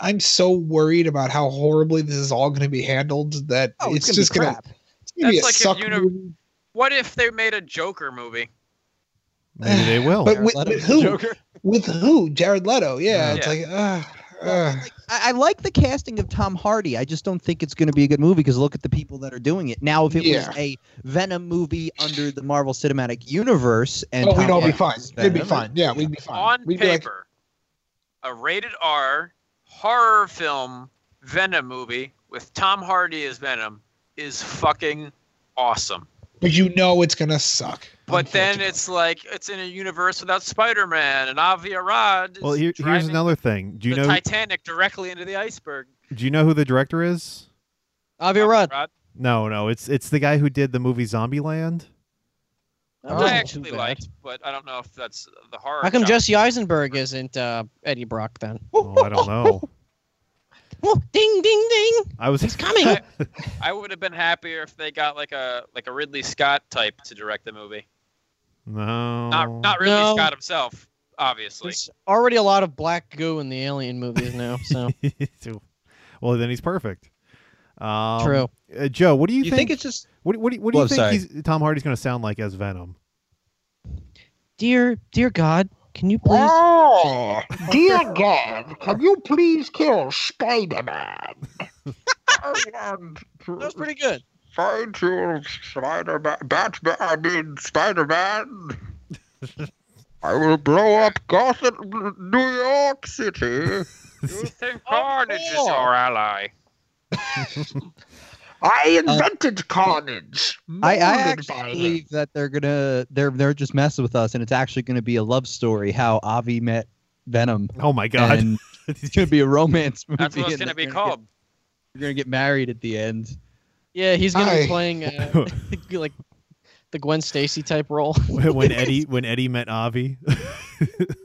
S4: I'm so worried about how horribly this is all going to be handled that
S5: Oh,
S4: it's,
S5: it's gonna be
S4: just going to.
S5: crap.
S4: It's gonna be a
S6: That's like if
S4: suck
S6: uni-
S4: movie.
S6: What if they made a Joker movie?
S3: Maybe they will.
S4: But with,
S5: Jared
S4: with
S5: Leto's
S4: who? With who? Jared Leto. Yeah, it's
S6: Yeah.
S4: like, uh, uh.
S5: I, I like the casting of Tom Hardy. I just don't think it's going to be a good movie because look at the people that are doing it. Now, if it
S4: Yeah.
S5: was a Venom movie under the Marvel Cinematic Universe, and
S4: oh, we'd
S5: Tom
S4: all be
S5: Hardy
S4: fine.
S5: was
S4: It'd be
S5: Venom,
S4: fine. Yeah, we'd be fine.
S6: On
S4: we'd be
S6: paper, a rated R horror film Venom movie with Tom Hardy as Venom is fucking awesome.
S4: like, but you know it's going to suck.
S6: But then
S4: unfortunately.
S6: it's like it's in a universe without Spider-Man and Avi Arad. Is
S3: well, here, here's
S6: driving
S3: another thing. Do you
S6: the
S3: know?
S6: Titanic directly into the iceberg.
S3: Do you know who the director is?
S2: Avi Rudd.
S6: Rod.
S3: No, no. It's it's the guy who did the movie Zombieland.
S2: That
S6: I
S2: wasn't Oh, too
S6: actually
S2: bad.
S6: liked, but I don't know if that's the horror.
S2: How come
S6: genre.
S2: Jesse Eisenberg isn't uh, Eddie Brock then?
S3: Oh, I don't know.
S2: Oh, ding, ding, ding.
S3: I was
S2: He's coming.
S6: I would have been happier if they got like a like a Ridley Scott type to direct the movie.
S3: no.
S6: Not not Ridley
S2: No.
S6: Scott himself, obviously.
S2: There's already a lot of black goo in the alien movies now. So
S3: Too- well, then he's perfect. Um,
S2: true.
S3: Uh, Joe, what do you,
S5: You think it's just
S3: What, do- what, do- what do you
S5: Well,
S3: think
S5: sorry.
S3: he's, Tom Hardy's going to sound like as Venom?
S2: Dear, dear God, can you please?
S8: Oh, dear God, can you please kill Spider-Man? I am
S2: That was pretty good.
S8: trying to Spider-Man, Batman, I mean Spider-Man. I will blow up Gotham, New York City.
S6: You think Carnage is
S2: cool.
S6: our ally?
S8: I invented carnage.
S5: Uh, I, I
S8: molded by
S5: actually believe that they're gonna they're they're just messing with us, and it's actually gonna be a love story how Avi met Venom.
S3: Oh my God!
S5: And it's gonna be a romance movie.
S6: That's what it's
S5: and
S6: gonna
S5: they're
S6: be called.
S5: Get, you're gonna get married at the end.
S2: Yeah, he's gonna be
S4: Hi.
S2: playing uh, like the Gwen Stacy type role.
S3: when when Eddie when Eddie met Avi.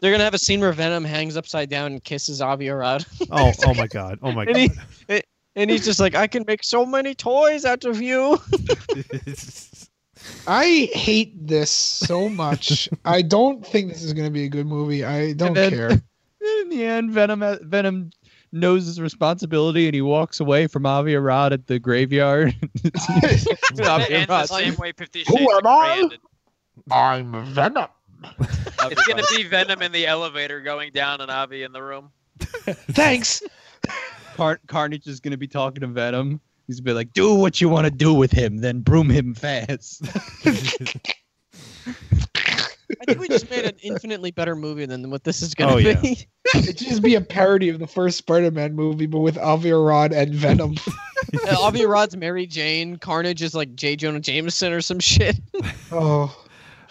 S2: They're gonna have a scene where Venom hangs upside down and kisses Avi Arad,
S3: Oh oh my God! Oh my
S2: and he
S3: God!
S2: it- and he's just like, I can make so many toys out of you.
S4: I hate this so much. I don't think this is going to be a good movie. I don't
S5: And then-
S4: care.
S5: In the end, Venom Venom knows his responsibility and he walks away from Avi Arad at the graveyard.
S6: It's gonna end the
S5: Arad.
S6: same way Fifty
S8: Who
S6: Shades of
S8: am I?
S6: Grey ended.
S8: I'm Venom.
S6: It's gonna be Venom in the elevator going down and Avi in the room.
S4: Thanks.
S5: Car- Carnage is gonna be talking to Venom. He's gonna be like, "Do what you want to do with him, then broom him fast."
S2: I think we just made an infinitely better movie than what this is gonna
S3: Oh, yeah.
S2: be.
S4: It'd just be a parody of the first Spider-Man movie, but with Avi Arad and Venom.
S2: Uh, Avi Arad's Mary Jane. Carnage is like J. Jonah Jameson or some shit.
S4: Oh,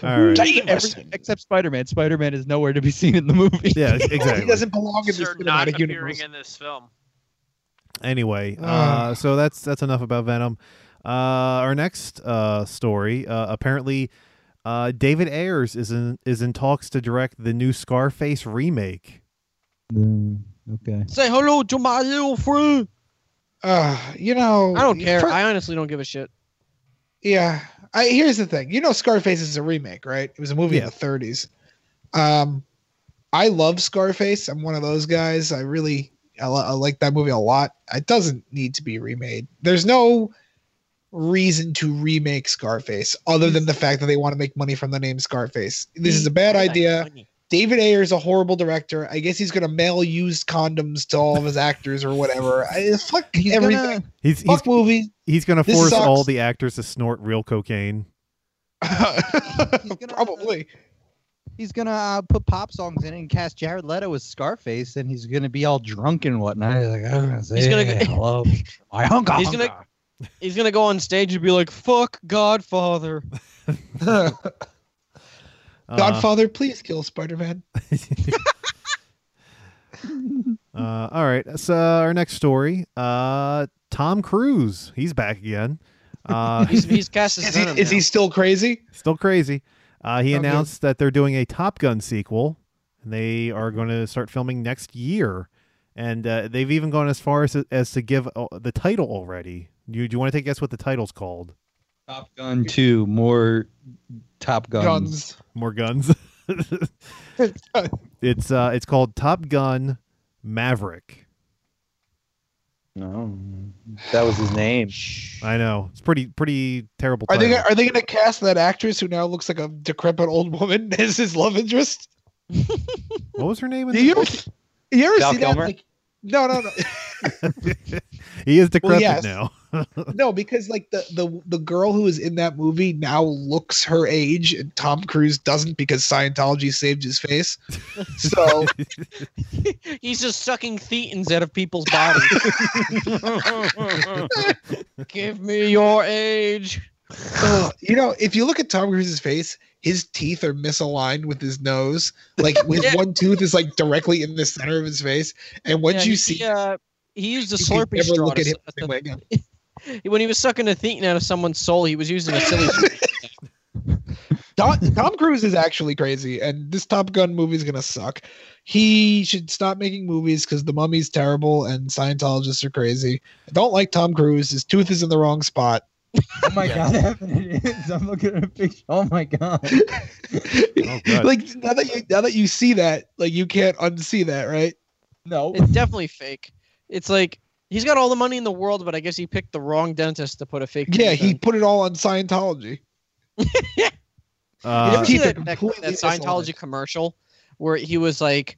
S3: All right.
S5: Every- except Spider-Man. Spider-Man is nowhere to be seen in the movie.
S3: Yeah,
S4: he
S3: exactly.
S4: doesn't belong in this
S6: They're not
S4: cinematic
S6: appearing
S4: universe.
S6: in this film.
S3: Anyway, uh,
S4: Ugh.
S3: so that's that's enough about Venom. Uh, our next uh, story. Uh, apparently, uh, David Ayers is in is in talks to direct the new Scarface remake.
S5: okay.
S2: Say hello to my little friend.
S4: Uh, you know,
S2: I don't care.
S4: fir-
S2: I honestly don't give a shit.
S4: yeah, I, here's the thing. You know, Scarface is a remake, right? It was a movie
S3: Yeah.
S4: in the '30s. Um, I love Scarface. I'm one of those guys. I really, I, li- I like that movie a lot. It doesn't need to be remade. There's no reason to remake Scarface other than
S5: Mm-hmm.
S4: the fact that they want to make money from the name Scarface. This is a bad idea. David Ayer is a horrible director. I guess he's gonna mail used condoms to all of his actors or whatever. I, fuck
S5: He's
S4: everything.
S5: gonna,
S3: He's he's,
S4: fuck movies.
S3: he's going to
S4: This
S3: force
S4: sucks.
S3: all the actors to snort real cocaine.
S5: gonna-
S4: Probably.
S5: he's gonna uh, put pop songs in it and cast Jared Leto as Scarface, and he's gonna be all drunk and whatnot. He's like, oh,
S2: He's gonna go-
S5: hello, my hunka,
S2: He's gonna- He's gonna go on stage and be like, "Fuck Godfather."
S3: Uh,
S4: Godfather, please kill Spider Man.
S3: Uh, all right. So our next story. Uh, Tom Cruise. He's back again. Uh,
S2: He's, he's cast as
S4: Is he
S2: Venom
S4: is he
S2: now.
S4: still crazy?
S3: still crazy. Uh, he
S4: Okay.
S3: announced that they're doing a Top Gun sequel, and they are going to start filming next year. And uh, they've even gone as far as as to give uh, the title already. You, do you want to take a guess what the title's called?
S5: Top Gun 2, more Top Guns.
S4: Guns.
S3: More guns. it's uh, it's called Top Gun Maverick.
S5: No. That was his name.
S3: I know it's pretty pretty terrible.
S4: Are they
S3: title.
S4: gonna, are they going to cast that actress who now looks like a decrepit old woman as his love interest?
S3: what was her name? In
S4: Do you
S3: the-
S4: ever you ever
S5: Val
S4: see
S5: Kilmer?
S4: that? Like, no, no, no.
S3: he is
S4: Well,
S3: decrepit
S4: yes.
S3: now.
S4: No, because like the the the girl who is in that movie now looks her age, and Tom Cruise doesn't because Scientology saved his face. So
S2: He's just sucking thetans out of people's bodies. Give me your age.
S4: ugh, you know, if you look at Tom Cruise's face, his teeth are misaligned with his nose. Like his
S2: Yeah.
S4: one tooth is like directly in the center of his face, and once
S2: Yeah,
S4: you
S2: he,
S4: see,
S2: uh, he used a
S4: you can
S2: slurpee
S4: never
S2: straw.
S4: look
S2: to
S4: at him
S2: s-
S4: the same way again.
S2: when he was sucking a thetan out of someone's soul, he was using a silly.
S4: Don, Tom Cruise is actually crazy, and this Top Gun movie is gonna suck. He should stop making movies because the mummy's terrible and Scientologists are crazy. I don't like Tom Cruise. His tooth is in the wrong spot.
S10: Oh my god, it is. I'm looking at a picture. Oh my god.
S3: God.
S4: like now that you now that you see that, like you can't unsee that, right?
S10: No.
S2: it's definitely fake. It's like he's got all the money in the world, but I guess he picked the wrong dentist to put a fake.
S4: Yeah,
S2: tooth
S4: he
S2: in.
S4: put it all on Scientology.
S2: You
S3: Uh,
S2: ever see
S4: Keep it
S2: that, that,
S4: completely
S2: that Scientology
S4: misaligned.
S2: commercial where he was like,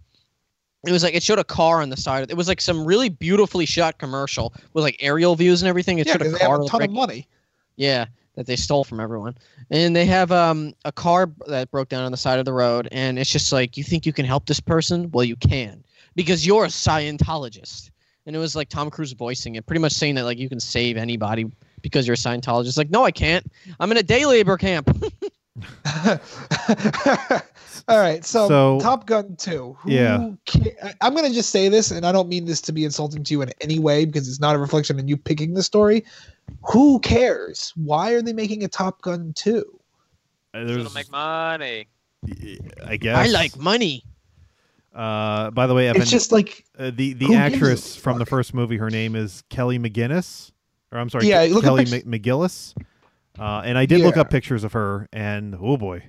S2: it was like it showed a car on the side. of- It was like some really beautifully shot commercial with like aerial views and everything. It
S4: Yeah,
S2: showed a
S4: because they have
S2: car.
S4: a
S2: with
S4: ton of
S2: brick-
S4: money.
S2: Yeah, that they stole from everyone. And they have um a car b- that broke down on the side of the road, and it's just like, you think you can help this person? Well, you can because you're a Scientologist. And it was like Tom Cruise voicing it, pretty much saying that like you can save anybody because you're a Scientologist. Like, no, I can't. I'm in a day labor camp.
S4: All right, so,
S3: So-
S4: Top Gun 2. Who
S3: Yeah.
S4: ca- I- I'm going to just say this, and I don't mean this to be insulting to you in any way because it's not a reflection on you picking the story. Who cares? Why are they making a Top Gun 2?
S6: It'll
S3: there's,
S6: make money.
S3: I guess.
S2: I like money.
S3: Uh, by the way, Evan,
S4: It's just like,
S3: uh, the
S4: who
S3: the
S4: gives a
S3: actress from the
S4: fuck?
S3: first movie, her name is Kelly McGinnis, or I'm sorry,
S4: Yeah,
S3: Ke-
S4: look up
S3: Kelly
S4: pic-
S3: Mc- McGillis. Uh, and I did look
S4: Yeah.
S3: up pictures of her, and oh boy,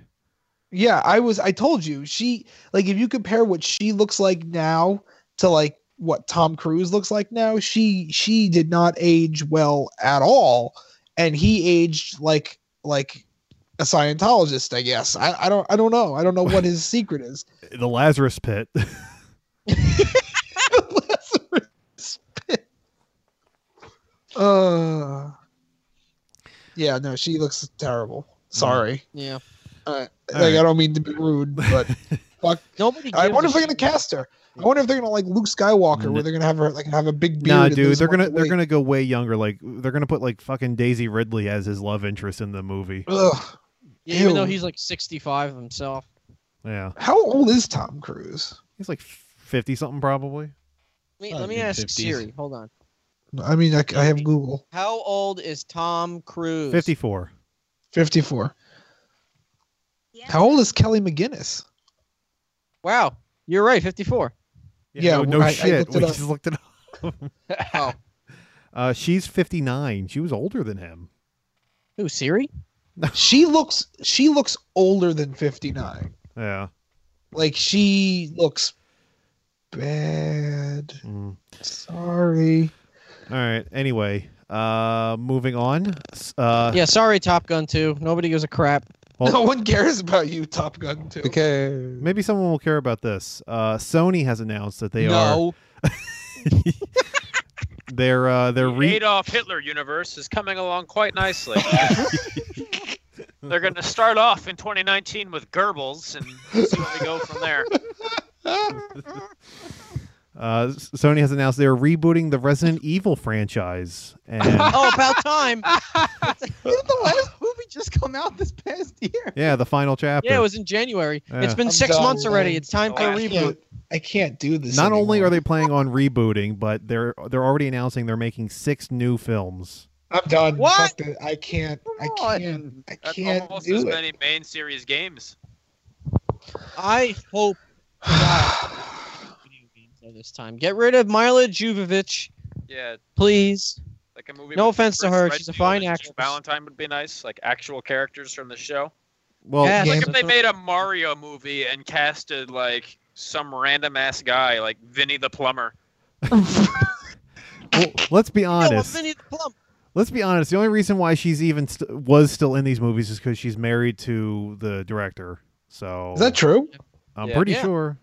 S4: yeah, I was, I told you, she, like, if you compare what she looks like now to, like, what Tom Cruise looks like now, she, she did not age well at all. And he aged like, like, a Scientologist, I guess. I, I don't I don't know. I don't know what his secret is.
S3: the Lazarus Pit.
S4: Lazarus pit. Uh, yeah, no, she looks terrible. Sorry,
S2: Yeah.
S3: Mm. All
S4: like
S3: right.
S4: I don't mean to be rude, but
S2: Nobody.
S4: I
S2: gives
S4: wonder
S2: a
S4: if they're gonna
S2: shit.
S4: cast her. I wonder if they're gonna like Luke Skywalker,
S3: No.
S4: where they're gonna have her like have a big beard.
S3: nah,
S4: and
S3: dude,
S4: lose
S3: they're
S4: a bunch
S3: gonna
S4: of
S3: they're
S4: weight.
S3: gonna go way younger. Like they're gonna put like fucking Daisy Ridley as his love interest in the movie.
S4: Ugh.
S2: Yeah, even though
S4: Ew.
S2: he's like 65 himself.
S3: Yeah,
S4: How old is Tom Cruise?
S3: he's like fifty something probably.
S2: Let me,
S5: Probably
S2: let me ask
S5: mid-fifties.
S2: Siri. Hold on.
S4: I mean, I, I have Google.
S2: How old is Tom Cruise?
S3: Fifty four.
S4: Fifty-four. How old is Kelly McGinnis?
S2: Wow, you're right. 54.
S4: Yeah,
S3: no, no
S4: I- I
S3: shit.
S4: looked it
S3: we
S4: up.
S3: just looked it up.
S2: Oh,
S3: Uh, she's fifty nine. She was older than him.
S2: who Siri?
S4: She looks she looks older than fifty-nine.
S3: Yeah.
S4: Like she looks bad.
S3: Mm.
S4: Sorry.
S3: All right. Anyway, uh, moving on. S- Uh,
S2: Yeah, sorry, Top Gun 2. Nobody gives a crap.
S3: Well-
S4: no one cares about you, Top Gun 2.
S5: Okay.
S3: Maybe someone will care about this. Uh, Sony has announced that they
S5: no.
S3: are they're uh, they're
S6: The
S3: re-
S6: Adolf Hitler universe is coming along quite nicely. They're going to start off in 2019 with Goebbels and see where we go from there.
S4: Ah,
S3: uh, S- Sony has announced they're rebooting the Resident Evil franchise. And
S2: oh, about time.
S10: Didn't the last movie just come out this past year?
S3: yeah, the final chapter.
S2: Yeah, it was in January. It's
S3: Yeah.
S2: been
S4: I'm
S2: six
S4: done,
S2: months already.
S4: man.
S2: It's time for
S6: Oh,
S2: a
S6: I
S2: reboot.
S4: I can't do this.
S3: Not only
S4: anymore.
S3: are they planning on rebooting, but they're they're already announcing they're making six new films.
S4: I'm done.
S2: What?
S4: Fuck it. I can't. I
S6: Come on.
S4: can't. I
S6: That's
S4: can't
S6: almost
S4: do
S6: as
S4: it.
S6: many main series games.
S2: I hope not video games are this time. Get rid of Mila Jovovich,
S6: Yeah,
S2: please.
S6: like a movie.
S2: No
S6: with
S2: offense to
S6: Chris
S2: her, she's a
S6: Redfield
S2: fine
S6: and Jill
S2: actress.
S6: Valentine would be nice, like actual characters from the show.
S3: Well,
S2: Yes.
S6: Like
S4: Game-
S6: if they made a Mario movie and casted like some random ass guy like Vinny the Plumber.
S3: well, let's be honest.
S2: Yo, Vinny the Plumber.
S3: Let's be honest. The only reason why she's even st- was still in these movies is because she's married to the director. So
S4: Is that true?
S3: I'm
S6: Yeah.
S3: pretty
S2: Yeah.
S3: sure.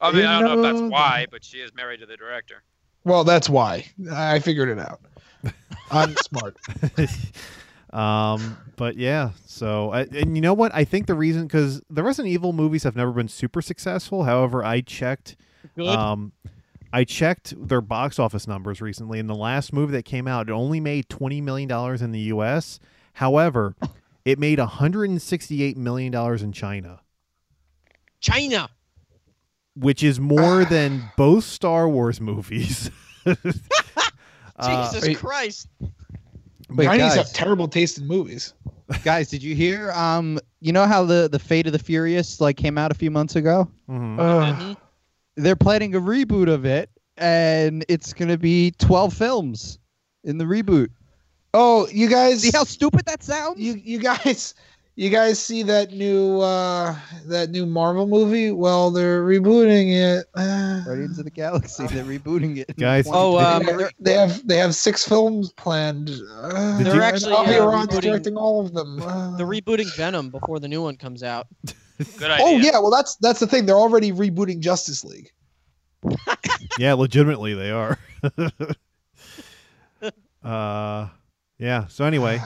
S6: I mean, I don't know if
S4: No.
S6: that's why, but she is married to the director.
S4: Well, that's why. I figured it out. I'm smart.
S3: um, but yeah. So I, and you know what? I think the reason because the Resident Evil movies have never been super successful. However, I checked.
S2: Good.
S3: Um, I checked their box office numbers recently, and the last movie that came out it only made twenty million dollars in the U.S. However, it made one hundred and sixty-eight million dollars in China.
S2: China.
S3: which is more than both Star Wars movies. Uh,
S2: Jesus
S4: wait.
S2: Christ.
S5: Wait,
S4: Chinese
S5: guys.
S4: have terrible taste in movies.
S5: guys, did you hear? Um, you know how the the Fate of the Furious like came out a few months ago?
S3: mhm.
S4: Ugh.
S2: Mm-hmm.
S5: They're planning a reboot of it, and it's gonna be twelve films in the reboot.
S4: oh, you guys.
S5: See how stupid that sounds?
S4: you you guys you guys see that new uh that new Marvel movie? Well, they're rebooting it. Ah.
S5: Guardians of the Galaxy, they're rebooting it. in
S3: Guys-
S5: 20.
S2: Oh, um,
S4: Uh, They- they have they have six films planned. Uh,
S3: Did
S4: and
S3: you-
S2: actually,
S4: Avi
S2: uh,
S4: Aron's
S2: rebooting-
S4: directing all of them. Ah.
S2: They're rebooting Venom before the new one comes out.
S6: Good idea.
S4: oh yeah, well that's that's the thing. They're already rebooting Justice League.
S3: yeah, legitimately they are. uh, yeah. So anyway,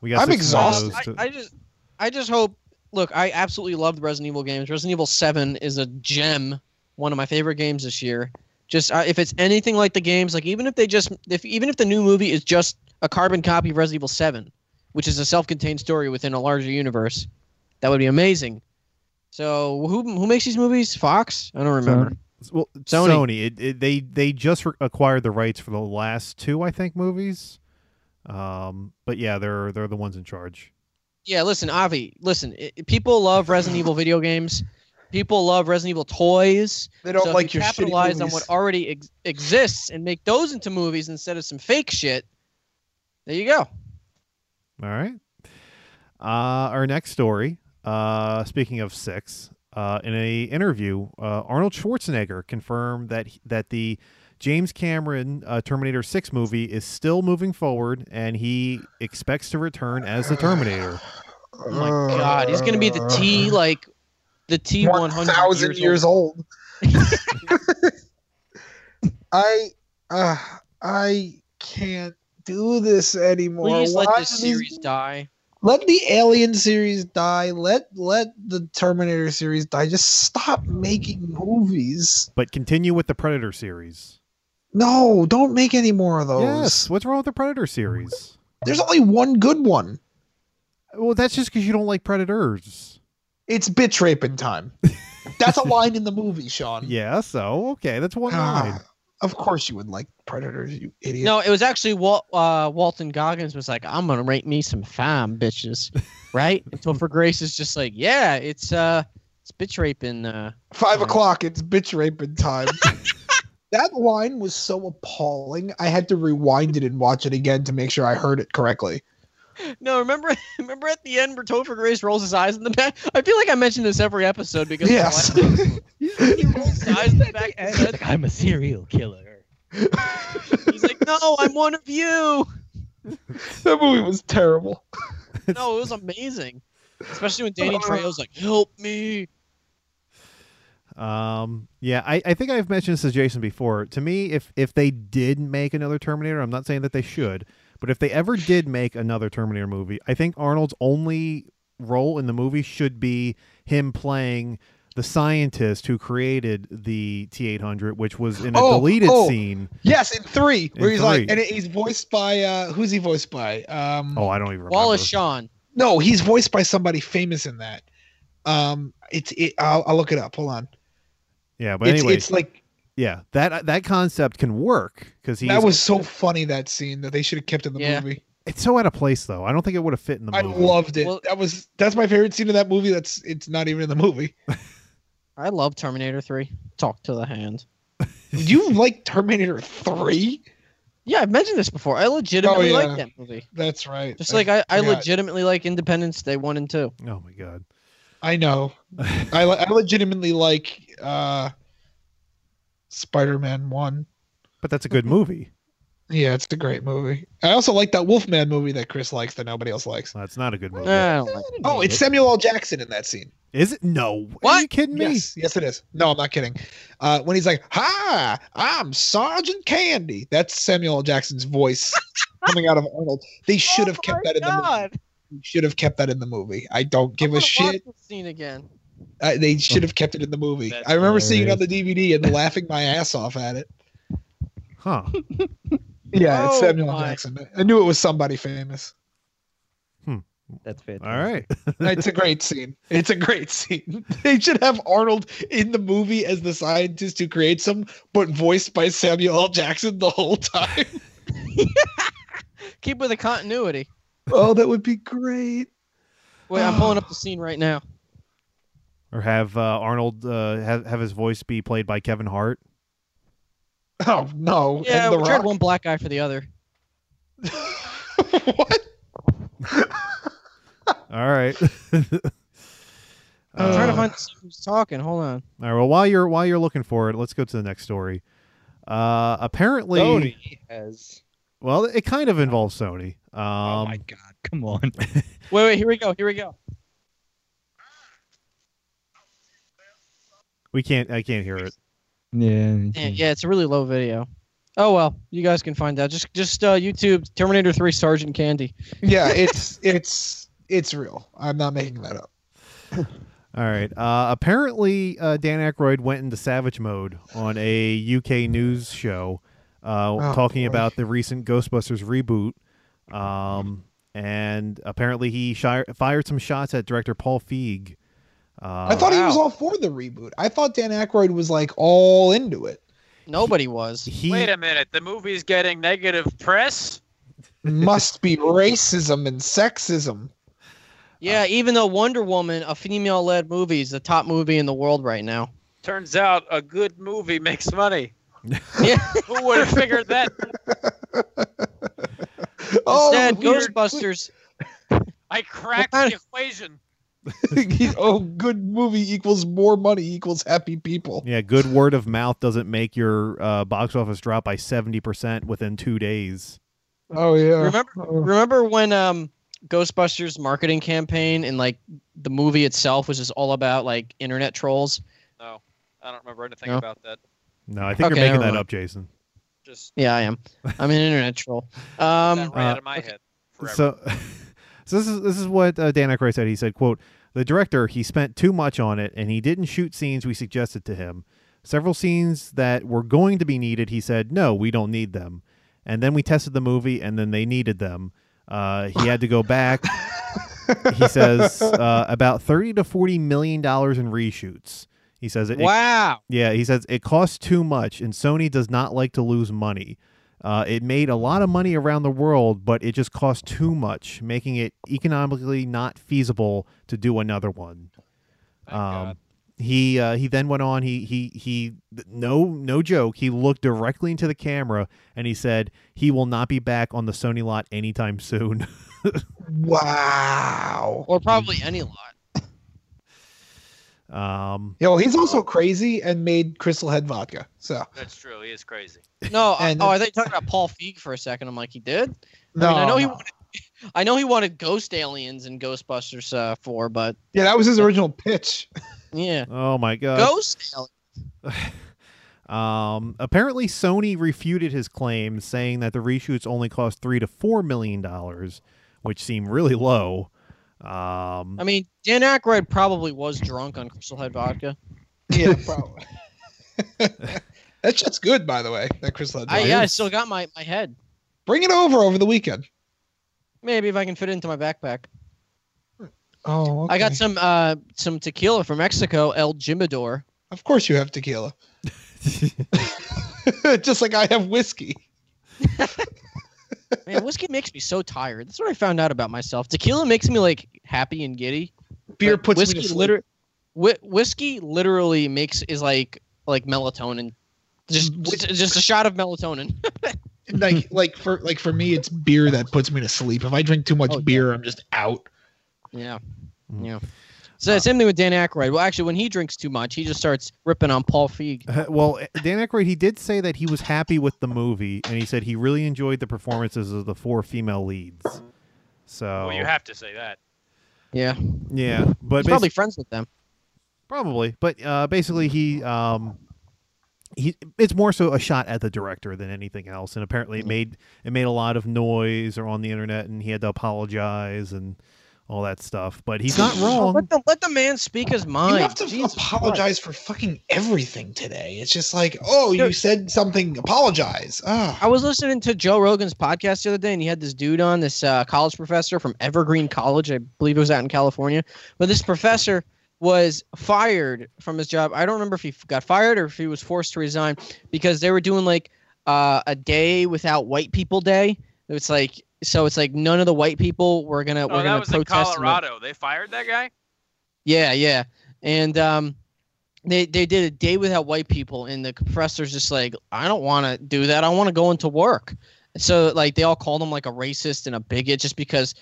S3: we got.
S4: I'm
S3: six more of
S4: exhausted.
S3: those
S2: I,
S3: to-
S2: I just I just hope look, I absolutely loved Resident Evil games. Resident Evil 7 is a gem, one of my favorite games this year. Just uh, if it's anything like the games, like even if they just if even if the new movie is just a carbon copy of Resident Evil 7, which is a self-contained story within a larger universe, that would be amazing. So who who makes these movies? Fox? I don't remember.
S3: well, Sony.
S2: Sony.
S3: it, it, they they just re- acquired the rights for the last two, I think, movies. Um, but yeah, they're they're the ones in charge.
S2: Yeah, listen, Avi, listen. i people love Resident Evil video games. People love Resident Evil toys.
S4: They don't
S2: so if
S4: like
S2: you
S4: your shitty
S2: capitalize on
S4: movies.
S2: what already ex- exists and make those into movies instead of some fake shit. There you go.
S3: All right. Uh, our next story. Uh, speaking of six, uh, in a interview, uh, Arnold Schwarzenegger confirmed that he- that the James Cameron uh, Terminator Six movie is still moving forward, and he expects to return as the Terminator.
S2: Oh my god, he's gonna be
S4: Uh,
S2: the T like the T one
S4: one
S2: hundred
S4: thousand years old. I uh, I can't do this anymore.
S2: Please let
S4: Why
S2: this
S4: do these-
S2: series die.
S4: Let the Alien series die. Let let the Terminator series die. Just stop making movies.
S3: But continue with the Predator series.
S4: No, don't make any more of those.
S3: Yes. What's wrong with the Predator series?
S4: There's only one good one.
S3: Well, that's just because you don't like Predators.
S4: It's bitch raping time. That's a line in the movie, Sean.
S3: Yeah. So okay, that's one
S4: Ah,
S3: line.
S4: of course you would like Predators, you idiot.
S2: No, it was actually Wal- uh, Walton Goggins was like, "I'm gonna rate me some fine bitches," right? And Topher Grace is just like, "Yeah, it's uh, it's bitch raping." Uh,
S4: Five
S2: Right.
S4: o'clock, it's bitch raping time. that line was so appalling. I had to rewind it and watch it again to make sure I heard it correctly.
S2: No, remember, remember at the end where Topher Grace rolls his eyes in the back. I feel like I mention this every episode because
S4: Yes.
S2: he rolls his eyes in the back. of his head.
S10: I'm a serial killer.
S2: He's like, "No, I'm one of you."
S4: that movie was terrible.
S2: No, it was amazing, especially when
S4: Uh,
S2: Danny Trejo's like, "Help me!"
S3: Um, yeah, I, I think I've mentioned this to Jason before. To me, if if they did make another Terminator, I'm not saying that they should, but if they ever did make another Terminator movie, I think Arnold's only role in the movie should be him playing the scientist who created the T800, which was in a
S4: Oh,
S3: deleted
S4: oh.
S3: scene.
S4: Yes, in three,
S3: In
S4: where he's
S3: three.
S4: like, and he's voiced by uh, who's he voiced by? Um,
S3: Oh, I don't even remember.
S2: Wallace Shawn.
S4: no, he's voiced by somebody famous in that. Um, it's it. I'll, I'll look it up. Hold on.
S3: Yeah, but
S4: it's,
S3: anyway,
S4: it's like
S3: yeah, that that concept can work because he
S4: that was so funny that scene that they should have kept in the
S2: Yeah.
S4: movie.
S3: It's so out of place though. I don't think it would have fit in the
S4: I
S3: movie.
S4: loved it.
S2: Well-
S4: that was that's my favorite scene of that movie. That's it's not even in the movie.
S2: I love Terminator 3. Talk to the hand.
S4: you like Terminator Three?
S2: Yeah, I've mentioned this before. I legitimately
S4: Oh, yeah.
S2: like that movie.
S4: That's right.
S2: Just like I, I
S4: forgot.
S2: legitimately like Independence Day 1 and 2.
S3: Oh my god.
S4: I know. I li- I legitimately like uh Spider-Man One.
S3: But that's a good movie.
S4: Yeah, it's a great movie. I also like that Wolfman movie that Chris likes that nobody else likes.
S3: That's not a
S4: Eh.
S3: good movie.
S2: Nah, I don't like it.
S4: Oh, it's Samuel L. Jackson in that scene.
S3: Is it? No. Are you
S2: What?
S3: kidding me?
S4: Yes, yes, it is. No, I'm not kidding. Uh, when he's like, "Hi, I'm Sergeant Candy," that's Samuel L. Jackson's voice coming out of Arnold.
S2: Oh
S4: They should have kept that in the movie. They Should have kept that in the movie. I don't give a shit.
S2: Scene again.
S4: I, they should have kept it in the movie.
S5: That's
S4: I remember seeing it on the DVD and laughing my ass off at it.
S3: Huh.
S4: Yeah, it's
S2: Oh,
S4: Samuel L.
S2: my.
S4: Jackson. I knew it was somebody famous.
S10: That's fantastic.
S3: All right.
S4: It's a great scene. It's a great scene. They should have Arnold in the movie as the scientist who creates him, but voiced by Samuel L. Jackson the whole time.
S2: Keep with the continuity.
S4: oh, that would be great.
S2: Wait, I'm pulling up the scene right now.
S3: Or have uh, Arnold uh, have have his voice be played by Kevin Hart?
S4: Oh no.
S2: Yeah,
S4: and the
S2: we tried
S4: rock.
S2: one black guy for the other.
S4: what?
S3: All right.
S2: I'm trying to
S3: Uh,
S2: find who's talking. Hold on.
S3: All right. Well, while you're while you're looking for it, let's go to the next story. Uh, apparently,
S5: Sony has.
S3: well, it kind of involves Sony. Um,
S5: oh my god! Come on.
S2: Wait, wait, here we go. Here we go.
S3: we can't. I can't hear it.
S10: Yeah.
S2: Yeah, yeah, it's a really low video. Oh well, you guys can find out. Just just uh, YouTube Terminator 3 Sergeant Candy.
S4: Yeah, it's it's it's real. I'm not making that up.
S3: All right. Uh, apparently, uh, Dan Aykroyd went into savage mode on a UK news show, uh,
S4: Oh,
S3: talking
S4: boy.
S3: about the recent Ghostbusters reboot. Um, and apparently, he shi fired some shots at director Paul Feig. Uh,
S4: I thought he was
S2: wow.
S4: all for the reboot. I thought Dan Aykroyd was like all into it.
S2: Nobody was.
S3: Uh, he
S6: Wait a minute. The movie's getting negative press.
S4: Must be racism and sexism.
S2: Yeah, even though Wonder Woman, a female-led movie, is the top movie in the world right now.
S6: Turns out a good movie makes money.
S2: Yeah.
S6: Who would have figured that?
S2: Instead,
S4: Oh, weird-
S2: Ghostbusters.
S6: I cracked
S2: What?
S6: the equation.
S4: oh, good movie equals more money equals happy people.
S3: Yeah, good word of mouth doesn't make your uh, box office drop by seventy percent within two days.
S4: Oh yeah.
S2: Remember-
S4: Oh.
S2: Remember when um Ghostbusters marketing campaign and like the movie itself was just all about like internet trolls?
S6: I don't remember anything
S2: No.
S6: about that.
S3: No, I think
S2: Okay,
S3: you're making
S2: never
S3: that
S2: mind.
S3: up, Jason.
S6: Just
S2: Yeah, I am. I'm an internet troll. Um,
S6: that ran
S3: uh,
S6: out of my head forever.
S3: So, so this is this is what uh, Dan Aykroyd said. He said, "quote The director he spent too much on it, and he didn't shoot scenes we suggested to him. Several scenes that were going to be needed, he said, no, we don't need them. And then we tested the movie, and then they needed them. Uh, he had to go back. he says uh, about thirty to forty million dollars in reshoots. He says it, it
S2: wow.
S3: Yeah, he says it costs too much, and Sony does not like to lose money. Uh, it made a lot of money around the world, but it just cost too much, making it economically not feasible to do another one. Um,
S6: Thank
S2: um,
S6: God.
S3: he uh, he then went on. He he he. No no joke. He looked directly into the camera and he said he will not be back on the Sony lot anytime soon.
S4: Wow.
S2: Or probably any lot.
S3: um,
S4: Yo, he's also crazy and made Crystal Head vodka. So
S6: That's true. He is crazy.
S2: No, I,
S4: And-
S2: oh, I thought you were talking about Paul Feig for a second. I'm like, he did.
S4: no,
S2: I, mean, I know he
S4: no.
S2: wanted. I know he wanted Ghost Aliens and Ghostbusters uh, four, but
S4: yeah, that was his original pitch.
S2: yeah,
S3: oh my
S4: Uh,
S3: god.
S2: Ghost. Aliens.
S3: Um, apparently, Sony refuted his claim, saying that the reshoots only cost three to four million dollars, which seem really low. Um,
S2: I mean, Dan Aykroyd probably was drunk on Crystal Head vodka.
S4: Yeah, probably. that shit's good, by the way. That Crystal Head.
S2: I, uh,
S4: vodka.
S2: yeah, I still got my my head.
S4: Bring it over over the weekend.
S2: Maybe if I can fit it into my backpack.
S4: Oh,
S2: I got
S4: okay.
S2: some uh some tequila from Mexico, El Jimador.
S4: Of course, you have tequila. Just like I have whiskey.
S2: Man, whiskey makes me so tired. That's what I found out about myself. Tequila makes me like happy and giddy.
S4: Beer
S2: but
S4: puts me to
S2: whiskey
S4: sleep.
S2: liter- whi- whiskey literally makes is like like melatonin. Just
S4: Whis-
S2: just a shot of melatonin.
S4: like like for like for me it's beer that puts me to sleep if i drink too much
S2: Oh, yeah.
S4: beer i'm just out
S2: Yeah.
S3: Mm.
S2: Yeah. So same thing with Dan Aykroyd. Well, actually, when he drinks too much, he just starts ripping on Paul Feig.
S3: Uh, Well, Dan Aykroyd, he did say that he was happy with the movie, and he said he really enjoyed the performances of the four female leads. So
S6: Well, you have to say that.
S2: Yeah,
S3: yeah, but
S2: he's probably
S3: basi-
S2: friends with them.
S3: probably, but uh, basically he um he it's more so a shot at the director than anything else, and apparently it made it made a lot of noise or on the internet, and he had to apologize and all that stuff. But he's not wrong.
S2: Oh, Let the, let the man speak his mind.
S4: you have to
S2: Jesus
S4: apologize for fucking everything today it's just like oh you
S2: Dude.
S4: said something apologize ah
S2: I was listening to Joe Rogan's podcast the other day, and he had this dude on, this uh, college professor from Evergreen College, I believe it was out in California. But this professor was fired from his job. I don't remember if he got fired or if he was forced to resign because they were doing like uh, a day without white people day. It's like so. It's like none of the white people were gonna
S6: Oh,
S2: were
S6: that
S2: gonna
S6: was in
S2: protest. and what-
S6: Colorado. They fired that guy.
S2: yeah, yeah. And um, they they did a day without white people, and the professor's just like, I don't want to do that. I want to go into work. So like they all called him like a racist and a bigot just because.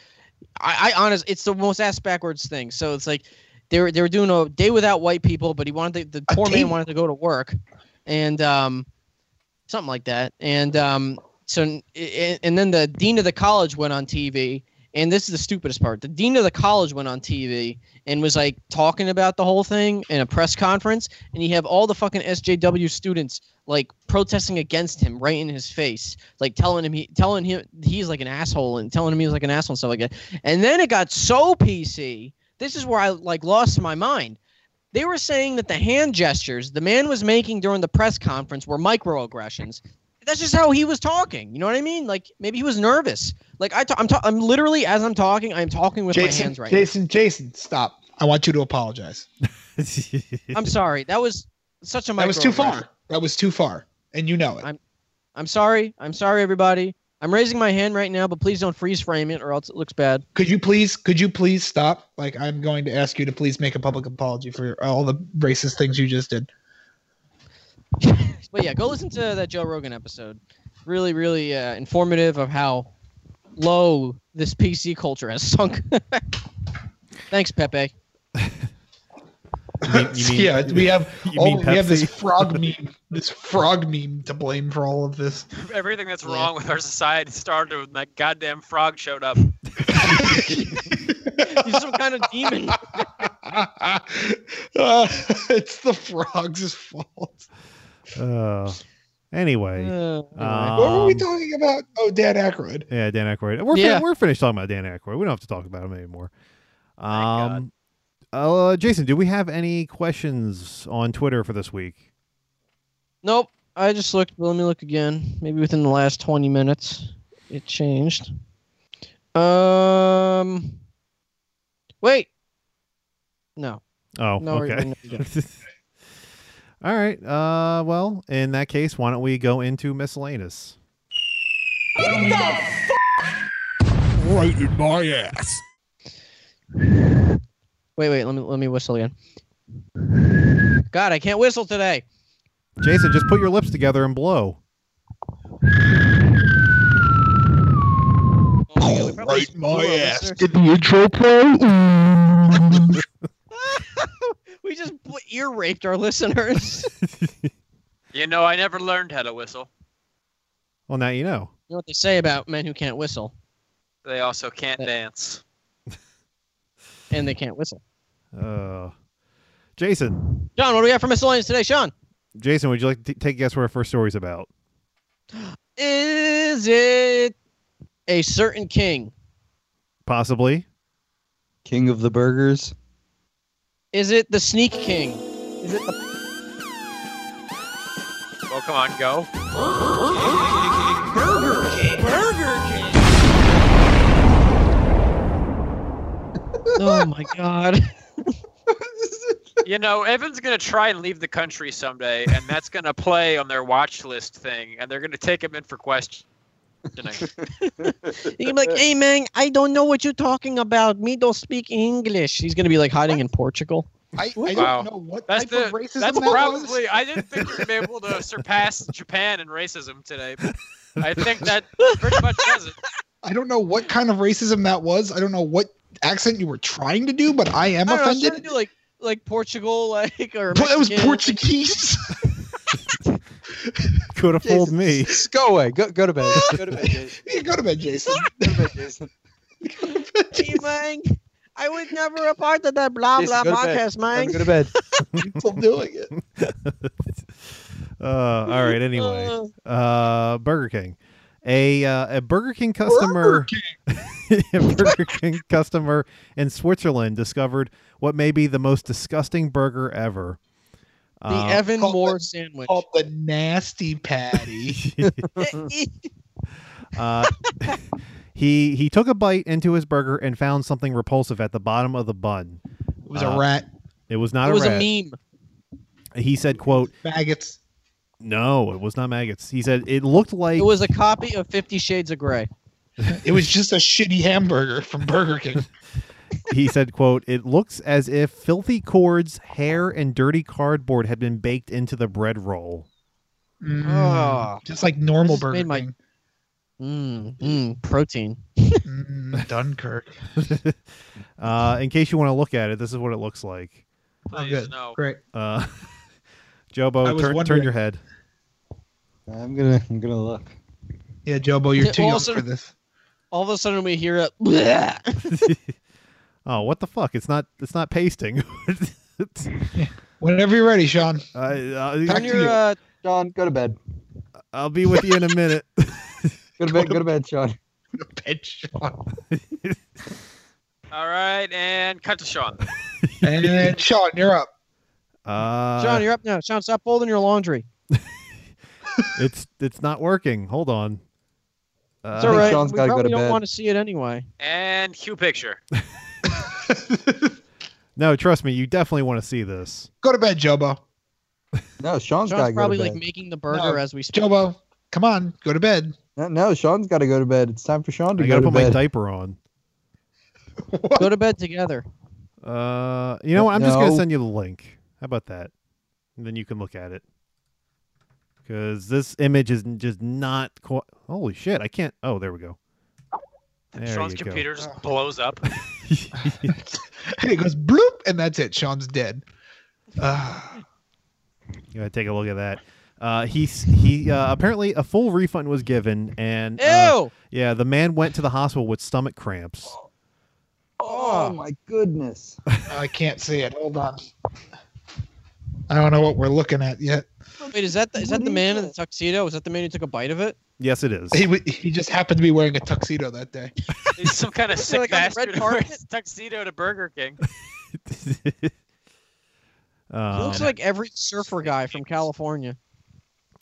S2: I, I honest, it's the most ass backwards thing. So it's like they were they were doing a day without white people, but he wanted to, the
S4: A
S2: poor
S4: day-
S2: man wanted to go to work, and um, something like that. And um, so and, and then the dean of the college went on TV, and this is the stupidest part. The dean of the college went on TV and was like talking about the whole thing in a press conference, and you have all the fucking SJW students like protesting against him right in his face, like telling him he telling him he's like an asshole and telling him he's like an asshole and stuff like that. And then it got so PC. This is where I like lost my mind. They were saying that the hand gestures the man was making during the press conference were microaggressions. That's just how he was talking. You know what I mean? Like maybe he was nervous. Like I, ta- I'm, ta- I'm literally as I'm talking, I'm talking with my
S4: jason
S2: hands right. now.
S4: jason jason stop i want you to apologize
S2: I'm sorry. That was such a
S4: that was too
S2: microaggression.
S4: far that was too far and you know it
S2: I- I'm sorry. I'm sorry, everybody. I'm raising my hand right now, but please don't freeze frame it, or else it looks bad.
S4: could you please could you please stop like i'm going to ask you to please make a public apology for all the racist things you just did
S2: But yeah, go listen to that Joe Rogan episode. Really, really uh, informative of how low this PC culture has sunk. Thanks, Pepe.
S3: You mean- you mean-
S4: yeah we have
S3: you
S4: all,
S3: mean
S4: Oh, we have this
S3: Pepsi?
S4: frog meme this frog meme to blame for all of this
S6: Everything that's
S2: Yeah.
S6: wrong with our society started when that goddamn frog showed up.
S2: He's some kind of demon.
S4: Uh, it's the frog's fault.
S3: Uh, anyway.
S2: Uh,
S3: Uh,
S2: anyway.
S4: what were we
S3: Um,
S4: talking about? Oh, Dan Aykroyd.
S3: Yeah, Dan Aykroyd. We're, fin-
S2: Yeah.
S3: we're finished talking about Dan Aykroyd. We don't have to talk about him anymore. Um, uh, Jason, do we have any questions on Twitter for this week?
S2: nope. I just looked. But let me look again. Maybe within the last 20 minutes, it changed. Um. Wait. No.
S3: Oh,
S2: No. we-
S3: okay.
S2: no, we don't.
S3: All right. Uh, well, in that case, why don't we go into miscellaneous?
S8: Right in my ass.
S2: Wait, wait, let me let me whistle again. God, I can't whistle today.
S3: Jason, just put your lips together and blow.
S2: Oh, yeah, we probably
S8: Right
S2: just
S8: in
S2: blew
S8: my
S2: our
S8: ass.
S2: listeners.
S8: Did the intro play?
S2: We just bl- ear raped our listeners. you
S6: You know, I never learned how to whistle.
S3: Well, now you know.
S2: know what they say about men who can't whistle,
S6: They also can't
S2: Yeah.
S6: dance.
S2: and they can't whistle.
S3: Uh, Jason,
S2: John, what do we have for miscellaneous today, Sean?
S3: Jason, would you like to t- take a guess what our first story's about?
S2: Is it a certain king?
S3: Possibly.
S5: King of the Burgers.
S2: Is it the sneak king? Is it the
S6: Well, come on, go.
S2: Oh my god.
S6: You know, Evan's gonna try and leave the country someday, and that's gonna play on their watch list thing, and they're gonna take him in for questions. You know.
S2: You can be like, "Hey, man, I don't know what you're talking about. Me don't speak English." He's gonna be like hiding in Portugal.
S4: I, I
S6: Wow.
S4: don't know what
S6: That's
S4: type
S6: the
S4: of racism
S6: that's
S4: that was.
S6: probably. I didn't think we would be able to surpass Japan in racism today. But I think that pretty much does it.
S4: I don't know what kind of racism that was. I don't know what accent you were trying to do, but I am
S2: I don't know, should I
S4: offended.
S2: do like like Portugal, like or
S4: But that was
S2: Mexican?
S4: Portuguese.
S3: Could have fooled me.
S5: go away. Go go to bed. Go to bed. Jason.
S4: yeah, go to bed, Jason.
S5: Go to bed, Jason.
S2: Hey, man, I was never a part of that blah blah
S5: Jason, go to bed.
S2: podcast, man.
S5: Go to bed.
S4: Still doing it.
S3: Uh, all right. Anyway,
S2: Uh,
S3: uh, Burger King. A uh, a Burger King customer, a Burger King customer in Switzerland discovered what may be the most disgusting burger ever.
S2: the
S3: Uh,
S2: Evan
S4: Call-
S2: Moore sandwich.
S4: Called the nasty patty.
S3: Uh, he he took a bite into his burger and found something repulsive at the bottom of the bun.
S4: It was
S3: Uh,
S4: a rat.
S3: It was not
S2: it was
S3: a rat.
S2: a meme.
S3: he said, "quote
S4: Maggots.
S3: No, it was not maggots." He said it looked like
S2: It was a copy of Fifty Shades of Grey.
S4: It was just a shitty hamburger from Burger King.
S3: he said, "quote It looks as if filthy cords, hair, and dirty cardboard had been baked into the bread roll."
S4: Mm,
S2: Oh.
S4: just like
S2: This
S4: normal
S2: has
S4: Burger
S2: made my-
S4: King.
S2: Mm, mm, protein.
S4: Mm, Dunkirk.
S3: Uh, in case you want to look at it, this is what it looks like.
S4: Oh,
S6: Please
S4: good.
S6: no.
S4: Great.
S3: Uh,
S4: I
S3: Jobo,
S4: was
S3: turn, turn
S4: wondering-
S3: your head.
S5: I'm gonna I'm gonna look.
S4: Yeah, Jobo, you're
S2: It
S4: too young
S2: also-
S4: for this.
S2: All of a sudden, we hear a. Bleh.
S3: Oh, what the fuck? It's not. It's not pasting. It's-
S4: Whenever you're ready, Sean.
S3: I,
S2: Turn
S4: Back to
S3: I,
S2: your
S4: you.
S2: uh,
S5: Sean, go to bed.
S3: I'll be with you in a minute.
S5: Go to bed. Go to bed, Sean.
S4: Bed, Sean.
S6: All right, and cut to Sean.
S4: And Sean, you're up.
S3: Uh,
S2: Sean, you're up now. Sean, stop folding your laundry.
S3: it's it's not working. Hold on. Uh,
S2: It's all right.
S5: Sean's
S2: we
S5: gotta go
S2: probably
S5: to
S2: don't
S5: bed.
S2: want to see it anyway.
S6: And cue picture.
S3: No, trust me. You definitely want to see this.
S4: Go to bed, Jobo.
S5: No, Sean's gotta
S2: Sean's
S5: go to
S2: probably
S5: bed.
S2: like making the burger
S4: No,
S2: as we speak.
S4: Jobo, come on, go to bed.
S5: no, no, Sean's gotta go to bed. It's time for Sean to
S3: I
S5: go
S3: gotta
S5: to
S3: put my
S5: bed.
S3: diaper on.
S2: Go to bed together.
S3: Uh, you know what? I'm just gonna
S5: No.
S3: send you the link. How about that? And then you can look at it. Because this image is n- just not quite. Holy shit! I can't. Oh, there we go. There
S6: Sean's
S3: you go.
S6: computer just blows up.
S4: and it goes bloop, and that's it. Sean's dead. Uh,
S3: You gotta take a look at that. Uh, he s- he. Uh, apparently, a full refund was given, and uh,
S2: Ew!
S3: yeah, the man went to the hospital with stomach cramps.
S5: Oh my goodness.
S4: I can't see it. Hold on. I don't know what we're looking at yet.
S2: Wait, is that the, is
S5: What
S2: that the
S5: is
S2: man in the
S5: it?
S2: tuxedo? Is that the man who took a bite of it?
S3: Yes, it is.
S4: He, w- he just happened to be wearing a tuxedo that day.
S6: He's some kind of sick
S2: like on the red
S6: bastard who wears
S2: carpet?
S6: tuxedo to Burger King.
S2: He
S3: um,
S2: looks like every surfer guy from California.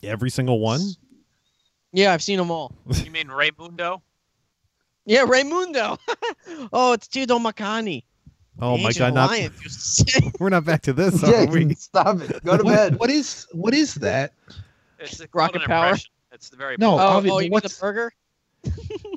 S3: every single one.
S2: Yeah, I've seen them all.
S6: You mean Raymundo?
S2: Yeah, Raimundo. oh, it's Tito Macani.
S3: Oh
S2: the
S3: my
S2: ancient
S3: god! Not,
S2: lion used to say.
S3: we're not back to this, are
S5: Jason,
S3: we?
S5: stop it. Go to
S4: What-
S5: bed.
S4: what is what is that?
S6: It's called
S2: Rocket
S6: an
S2: Power?
S6: impression. It's the very
S4: No,
S2: Oh,
S4: obvi-
S2: oh, you mean the
S4: what's-
S2: burger?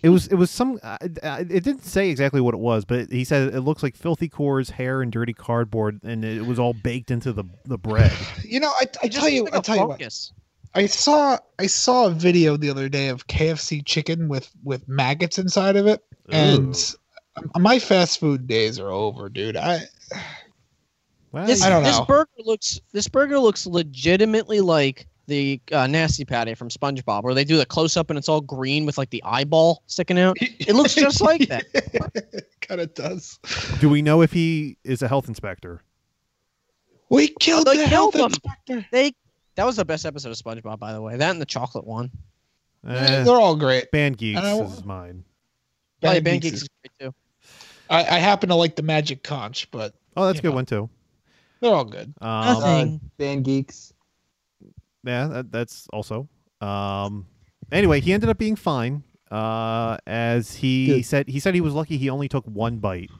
S3: It was. It was some. Uh, it didn't say exactly what it was, but he said it looks like filthy cores, hair, and dirty cardboard, and it was all baked into the the bread.
S4: You know, I, I tell you,
S2: Like
S4: I
S2: a
S4: tell you what.
S2: fungus.
S4: I saw I saw a video the other day of KFC chicken with with maggots inside of it, and my fast food days are over, dude. I
S3: Well,
S2: This,
S4: I don't
S2: this
S4: know.
S2: burger looks this burger looks legitimately like the uh, nasty patty from SpongeBob, where they do the close up and it's all green with like the eyeball sticking out. It looks just like that.
S4: kind of does.
S3: do we know if he is a health inspector?
S4: We killed
S2: They
S4: the
S2: killed
S4: health
S2: him.
S4: inspector.
S2: They that was the best episode of SpongeBob, by the way. That and the chocolate one.
S4: Eh,
S3: Eh,
S4: They're all great.
S3: band geeks
S4: I don't-
S3: is mine.
S2: Oh, yeah,
S4: Bad
S2: Band Geeks
S4: Geeks
S2: is
S4: is-
S2: great too.
S4: I, I happen to like the magic conch, but
S3: Oh, that's a
S4: Yeah.
S3: good one too.
S4: they're all good.
S3: Um,
S2: Nothing.
S5: Band geeks.
S3: Yeah, that, that's also. Um, anyway, he ended up being fine. Uh, as he
S5: Good.
S3: said, he said he was lucky. He only took one bite.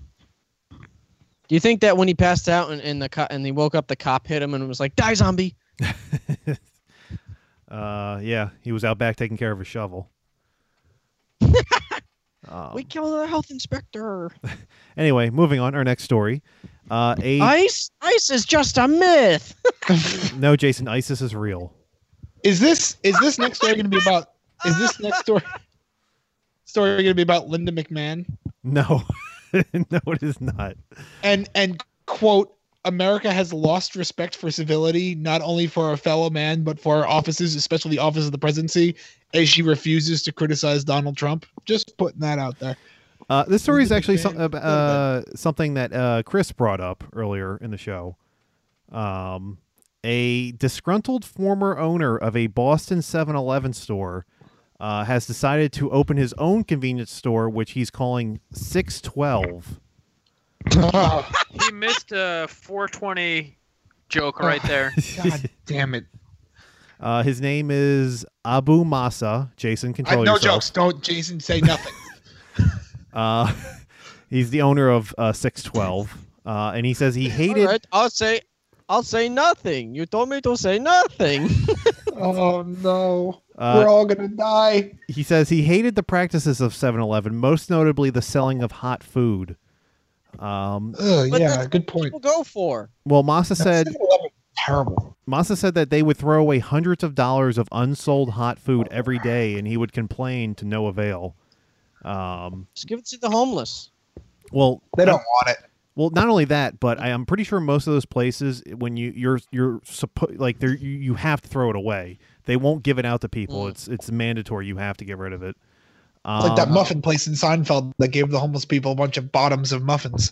S2: Do you think that when he passed out and, and the co- and he woke up, the cop hit him and was like, "Die, zombie!"
S3: Uh, yeah, he was out back taking care of his shovel. Um,
S2: we killed the health inspector.
S3: anyway, moving on. Our next story. Uh, a
S2: Ice, ice is just a myth.
S3: no, Jason. ISIS is real.
S4: Is this is this next story going to be about? Is this next story story going to be about Linda McMahon
S3: No, no, it is not.
S4: and and quote America has lost respect for civility, not only for our fellow man but for our offices, especially the office of the presidency, as she refuses to criticize Donald Trump. Just putting that out there.
S3: Uh, this story is actually some,
S4: Little
S3: ab- uh, something that uh, Chris brought up earlier in the show. Um, a disgruntled former owner of a Boston 7 Eleven store uh, has decided to open his own convenience store, which he's calling 612.
S6: he missed a 420 joke
S2: Oh.
S6: right there.
S4: God damn it!
S3: Uh, his name is Abu Masa. Jason,
S4: I,
S3: control
S4: no
S3: yourself.
S4: jokes. Don't Jason say nothing.
S3: Uh, he's the owner of uh, 612. Uh, and he says he hated.
S2: All right, I'll say, I'll say nothing. You told me to say nothing.
S4: oh no,
S3: Uh,
S4: we're all gonna die.
S3: He says he hated the practices of 7-Eleven, most notably the selling of hot food. Um,
S4: Ugh,
S2: But
S4: yeah,
S2: that's-
S4: good point.
S2: People go for.
S3: well, Masa said
S4: 7-Eleven terrible.
S3: Masa said that they would throw away hundreds of dollars of unsold hot food every day, and he would complain to no avail. Um,
S2: Just give it to the homeless.
S3: well,
S4: They don't want it.
S3: Well, not only that, but I, I'm pretty sure most of those places, when you you're you're suppo- like they you, you have to throw it away. They won't give it out to people.
S2: Mm.
S3: It's it's mandatory. You have to get rid of it. Um,
S4: It's like that muffin place in Seinfeld that gave the homeless people a bunch of bottoms of muffins.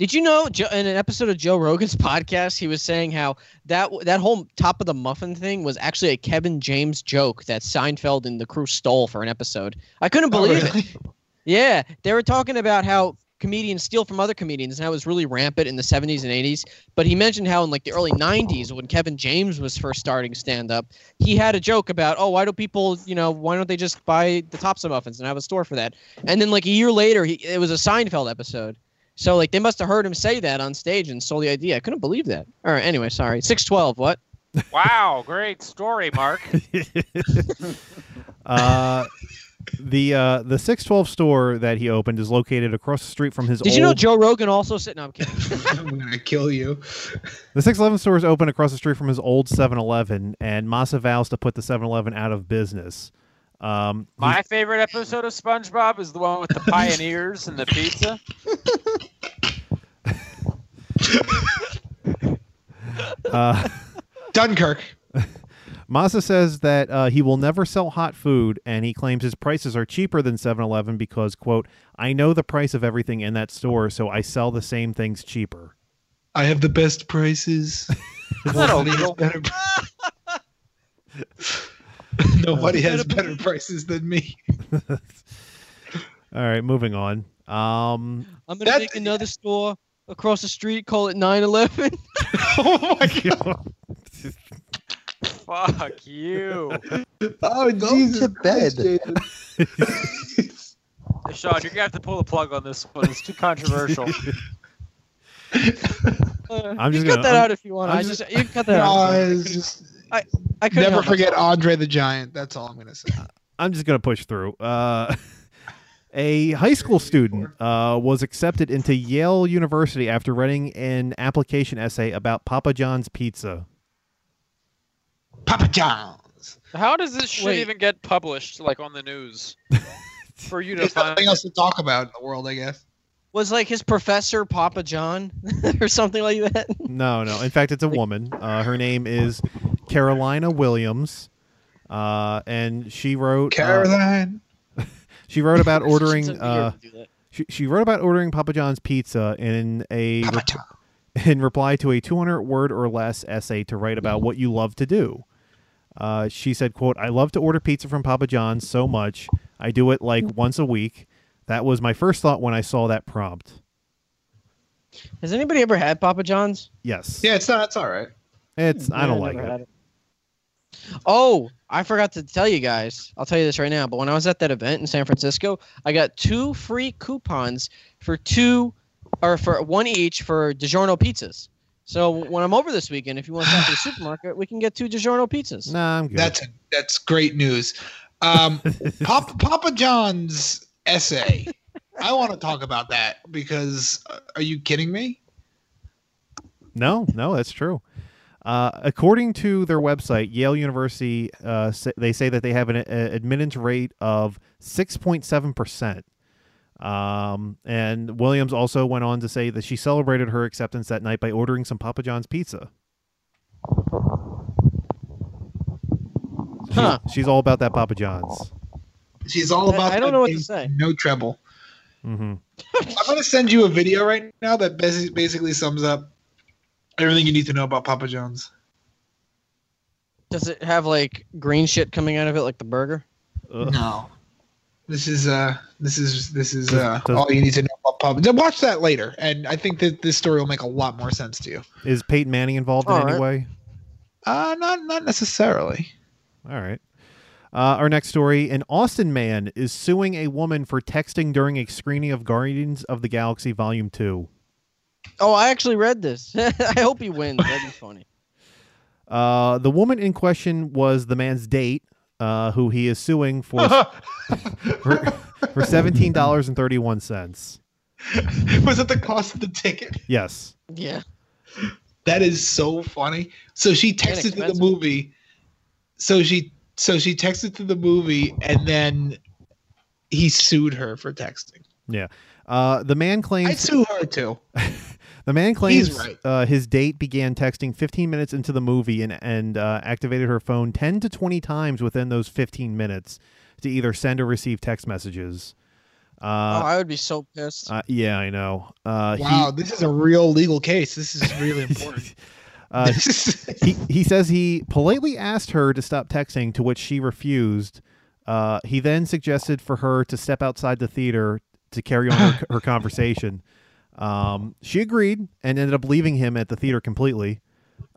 S2: Did you know Jo- in an episode of Joe Rogan's podcast, he was saying how that that whole top of the muffin thing was actually a Kevin James joke that Seinfeld and the crew stole for an episode. I couldn't
S4: Oh,
S2: believe it. Yeah, they were talking about how comedians steal from other comedians and how it was really rampant in the 70s and 80s. But he mentioned how in like the early 90s, when Kevin James was first starting stand up, he had a joke about, oh, why do people, you know, why don't they just buy the Topps of muffins and have a store for that? And then like a year later, he, it was a Seinfeld episode. So like they must have heard him say that on stage and stole the idea. I couldn't believe that. All right, anyway, sorry. 612, what?
S6: wow, great story, Mark.
S3: Um, uh, the uh, the six twelve store that he opened is located across the street from his.
S2: Did
S3: old,
S2: you know Joe Rogan also said, no, I'm kidding.
S4: I'm gonna kill you.
S3: the six eleven store is open across the street from his old 7-Eleven, and Masa vows to put the 7-Eleven out of business. Um, he-
S6: My favorite episode of SpongeBob is the one with the pioneers and the pizza.
S3: uh,
S4: Dunkirk.
S3: Masa says that uh, he will never sell hot food, and he claims his prices are cheaper than 7 Eleven because, quote, I know the price of everything in that store, so I sell the same things cheaper.
S4: I have the best prices.
S6: not
S4: Nobody has
S6: illegal.
S4: better- Nobody has better prices than me.
S3: All right, moving on. Um,
S2: I'm going to
S4: That-
S2: make another store across the street, call it 911.
S4: oh my!
S6: Fuck you.
S4: Oh Jesus!
S10: to bed.
S6: Sean, you're going to have to pull the plug on this one. It's too controversial.
S2: Uh,
S3: I'm
S2: you
S3: just
S2: can cut
S3: gonna-
S2: that
S3: I'm-
S2: out if you want.
S3: I'm
S2: I
S3: just-
S2: just, you can cut that
S4: No,
S2: out.
S4: it's just-
S2: I couldn't
S4: never
S2: help
S4: forget
S2: myself.
S4: Andre the Giant. That's all I'm gonna say.
S3: I'm just going to push through. Uh, a high school student uh, was accepted into Yale University after writing an application essay about Papa John's pizza.
S4: Papa John's.
S6: How does this shit
S2: Wait.
S6: even get published, like on the news? For you to
S4: There's
S6: find.
S4: nothing else to talk about in the world, I guess.
S2: Was like his professor Papa John or something like that.
S3: No, no. In fact, it's a woman. Uh, her name is Carolina Williams. Uh, and she wrote uh,
S4: Caroline.
S3: She wrote about
S2: It's
S3: ordering.
S2: weird
S3: Uh,
S2: to do that.
S3: she, she wrote about ordering Papa John's pizza in a
S4: Papa John.
S3: in reply to a 200 word or less essay to write about what you love to do. Uh, she said, "quote I love to order pizza from Papa John's so much. I do it like
S2: Mm.
S3: once a week. That was my first thought when I saw that prompt.
S2: Has anybody ever had Papa John's?
S3: Yes,
S4: Yeah, it's not. It's all right.
S3: it's I
S2: Yeah,
S3: don't
S2: never
S3: like
S2: had
S3: it.
S2: Oh, I forgot to tell you guys. I'll tell you this right now. But when I was at that event in San Francisco, I got two free coupons for two, or for one each for DiGiorno pizzas. So when I'm over this weekend, if you want to stop at the supermarket, we can get two DiGiorno pizzas.
S3: Nah, I'm good.
S4: That's that's great news. Um, Papa, Papa John's essay. I want to talk about that because uh, are you kidding me?
S3: No, no, that's true. Uh, according to their website, Yale University, uh, sa- they say that they have an a- admittance rate of 6.7%. Um, and Williams also went on to say that she celebrated her acceptance that night by ordering some Papa John's pizza. She-
S2: Huh.
S3: She's all about that Papa John's.
S4: She's all
S2: I-
S4: about.
S2: I don't
S4: the
S2: know what to
S4: bass,
S2: say.
S4: No treble.
S3: Mm-hmm.
S4: I'm gonna send you a video right now that basi- basically sums up everything you need to know about Papa John's.
S2: Does it have like green shit coming out of it, like the burger?
S4: No. This is uh this is this is
S3: Does-
S4: uh
S3: does-
S4: all you need to know about Papa. Then Watch that later, and I think that this story will make a lot more sense to you.
S3: Is Peyton Manning involved in
S2: All
S3: any
S2: right.
S3: way?
S4: Uh not not necessarily.
S3: All right. Uh, our next story an Austin man is suing a woman for texting during a screening of Guardians of the Galaxy Volume 2.
S2: Oh, I actually read this. I hope he wins. That'd be funny.
S3: Uh, the woman in question was the man's date, uh, who he is suing for for, for $17.31.
S4: Was it the cost of the ticket?
S3: Yes.
S2: Yeah.
S4: That is so funny. So she texted to the
S2: expensive.
S4: movie. So she so she texted to the movie, and then he sued her for texting.
S3: Uh, the man
S4: I
S3: claims
S4: sue her too.
S3: the man claims
S4: right.
S3: uh, his date began texting 15 minutes into the movie and and uh, activated her phone 10 to 20 times within those 15 minutes to either send or receive text messages.
S2: oh,
S3: Uh,
S2: I would be so pissed.
S3: uh, yeah, I know. Uh, he-
S4: Wow, this is a real legal case. This is really important.
S3: uh,
S4: This is-
S3: he, he says he politely asked her to stop texting, to which she refused. Uh, he then suggested for her to step outside the theater to carry on her, her conversation. Um, she agreed and ended up leaving him at the theater completely,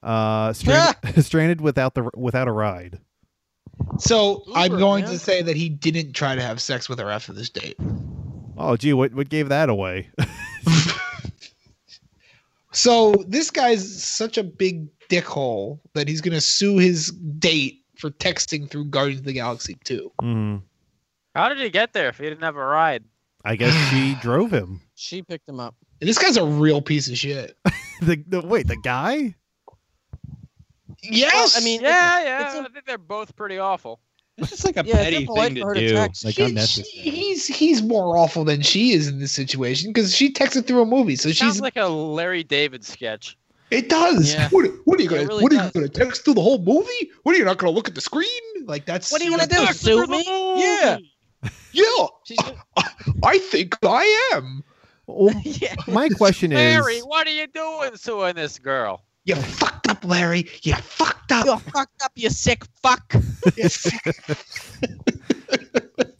S3: uh, stranded, stranded without the without a ride.
S4: so I'm
S2: Uber,
S4: going
S2: man.
S4: to say that he didn't try to have sex with her after this date.
S3: Oh, gee, what what gave that away?
S4: So this guy's such a big dickhole that he's going to sue his date for texting through Guardians of the Galaxy 2.
S3: Mhm.
S6: How did he get there if he didn't have a ride?
S3: I guess she drove him.
S2: She picked him up.
S4: And this guy's a real piece of shit.
S3: The, the wait, the guy?
S4: Yes.
S2: I mean,
S6: Yeah,
S2: it's
S6: yeah.
S2: a-
S6: I think they're both pretty awful.
S5: It's just like a
S2: Yeah, it's
S5: petty
S2: impolite
S5: thing
S2: for
S5: to
S2: her to
S5: do.
S2: text.
S5: Like
S4: She- she-
S5: unnecessary.
S4: he's he's more awful than she is in this situation because she texted through a movie, so she's
S6: Sounds like a Larry David sketch.
S4: it does.
S2: Yeah.
S4: What, what are you
S2: It
S4: gonna
S2: really
S4: What are
S2: does.
S4: you gonna text through the whole movie? What are you not gonna look at the screen? Like that's
S2: What are you gonna do? Sue me? Yeah.
S4: Yeah,
S2: She's gonna-
S4: I think I am.
S3: Well,
S2: yeah.
S3: my question
S6: Larry,
S3: is,
S6: what are you doing suing this girl?
S4: You fucked up, Larry. You fucked up.
S2: You're fucked up, you sick fuck.
S4: Yes.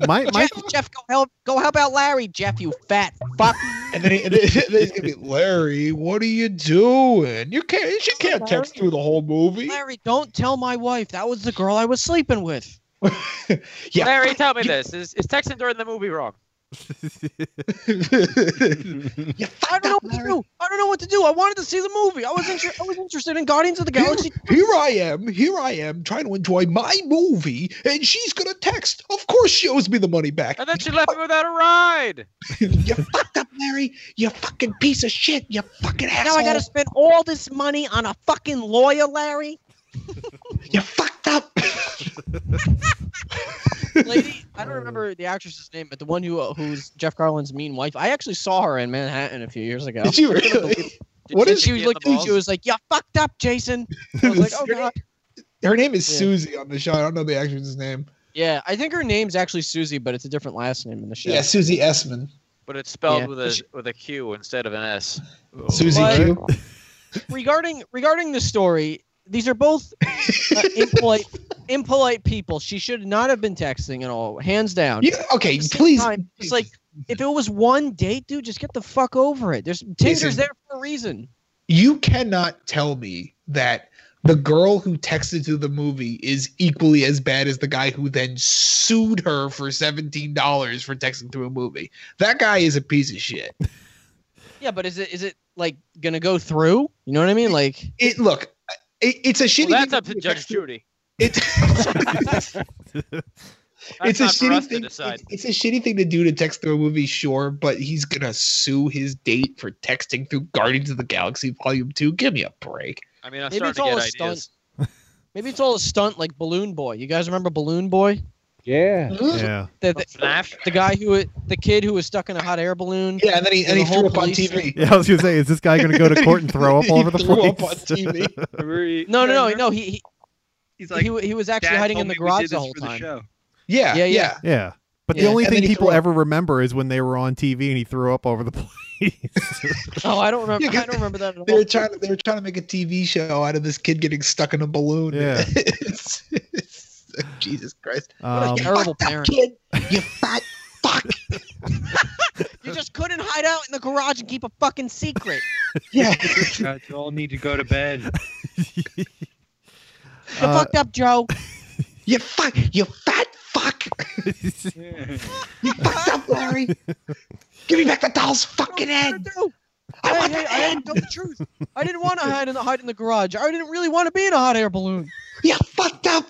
S3: my my
S2: Jeff, Jeff, go help, go help out Larry. Jeff, you fat fuck.
S4: and then, he- and then he's gonna be Larry. What are you doing? You can't. She can't text through the whole movie.
S2: Larry, don't tell my wife that was the girl I was sleeping with.
S4: Yeah.
S6: Larry, tell me this. Is, is texting during the movie wrong?
S4: you
S2: I
S4: fucked
S2: don't know
S4: up,
S2: what to
S4: Larry.
S2: do. I don't know what to do. I wanted to see the movie. I was inter- I was interested in Guardians of the
S4: Here,
S2: Galaxy.
S4: here I am, here I am trying to enjoy my movie, and she's gonna text. Of course, she owes me the money back.
S6: And then she left me without a ride.
S4: you fucked up, Larry. You fucking piece of shit. You fucking asshole.
S2: Now I gotta spend all this money on a fucking lawyer, Larry.
S4: You fucked up.
S2: Lady, I
S4: Oh.
S2: don't remember the actress's name, but the one who uh, who's Jeff Garland's mean wife. I actually saw her in Manhattan a few years ago.
S4: Did you really? What
S2: And
S4: is
S2: she was like? She was like, "Yeah, fucked up, Jason." I was like, "Oh god."
S4: Her name is
S2: Yeah.
S4: Susie on the show. I don't know the actress's name.
S2: Yeah, I think her name's actually Susie, but it's a different last name in the show.
S4: Yeah, Susie Essman.
S6: But it's spelled
S2: Yeah.
S6: with a with a Q instead of an S.
S4: Susie
S2: What?
S4: Q.
S2: regarding regarding the story, these are both uh, impolite impolite people. She should not have been texting at all, hands down.
S4: You- okay,
S2: At the same
S4: please.
S2: time, it's like if it was one date, dude, just get the fuck over it. There's Tinder's there for a reason.
S4: you cannot tell me that the girl who texted to the movie is equally as bad as the guy who then sued her for seventeen dollars for texting through a movie. That guy is a piece of shit.
S2: Yeah, but is it is it like gonna go through? You know what I mean? Like
S4: It look, it, it's a
S6: Well,
S4: shitty.
S6: that's
S4: thing
S6: up to
S4: do
S6: Judge
S4: text-
S6: Judy.
S4: It, it's a
S6: not for
S4: shitty
S6: us to
S4: thing.
S6: decide.
S4: It's, it's a shitty thing to do to text through a movie, sure, but he's gonna sue his date for texting through Guardians of the Galaxy Volume Two. Give me a break.
S6: I mean, I'm
S2: Maybe
S6: starting
S2: it's
S6: to
S2: all
S6: get
S2: a stunt.
S6: ideas.
S2: Maybe it's all a stunt like Balloon Boy. You guys remember Balloon Boy?
S11: Yeah.
S3: Yeah.
S2: The, the,
S6: Snap.
S2: the guy who wa- the kid who was stuck in a hot air balloon.
S4: Yeah, and then he and
S2: The
S4: he
S2: whole
S4: threw up on
S2: police
S4: TV.
S3: Yeah, I was gonna say, is this guy gonna go to court and throw up all
S4: He
S3: over the
S4: threw
S3: place?
S4: up on TV.
S2: No, no, no, no. He he,
S5: He's
S2: he wa- he was actually
S5: "Dad
S2: hiding
S5: told
S2: in the
S5: me we did
S2: garage the
S5: this
S2: whole
S5: for the
S2: time.
S5: show."
S4: Yeah,
S2: Yeah,
S4: yeah,
S2: yeah.
S3: Yeah, but
S2: Yeah.
S3: the only
S4: And
S3: thing
S4: then he
S3: people
S4: threw up.
S3: ever remember is when they were on TV and he threw up over the place.
S2: Oh, I don't remember.
S4: Yeah, 'cause
S2: I don't remember that at all.
S4: They were trying. To, they were trying to make a TV show out of this kid getting stuck in a balloon.
S3: Yeah.
S4: It's- it's- oh, Jesus Christ.
S3: um,
S4: you
S2: terrible
S4: fucked up
S2: parent.
S4: kid. You fat fuck.
S2: You just couldn't hide out in the garage and keep a fucking secret.
S4: Yeah.
S11: Guys, you all need to go to bed.
S2: You
S3: Uh,
S2: fucked up, Joe.
S4: You fuck. You fat fuck. You fucked up, Larry. Give me back the doll's fucking
S2: What
S4: head.
S2: did I do?
S4: I
S2: Hey,
S4: want
S2: hey,
S4: the
S2: I had
S4: head.
S2: to tell the truth. I didn't want to hide in the hide in the garage. I didn't really want to be in a hot air balloon.
S4: You fucked up.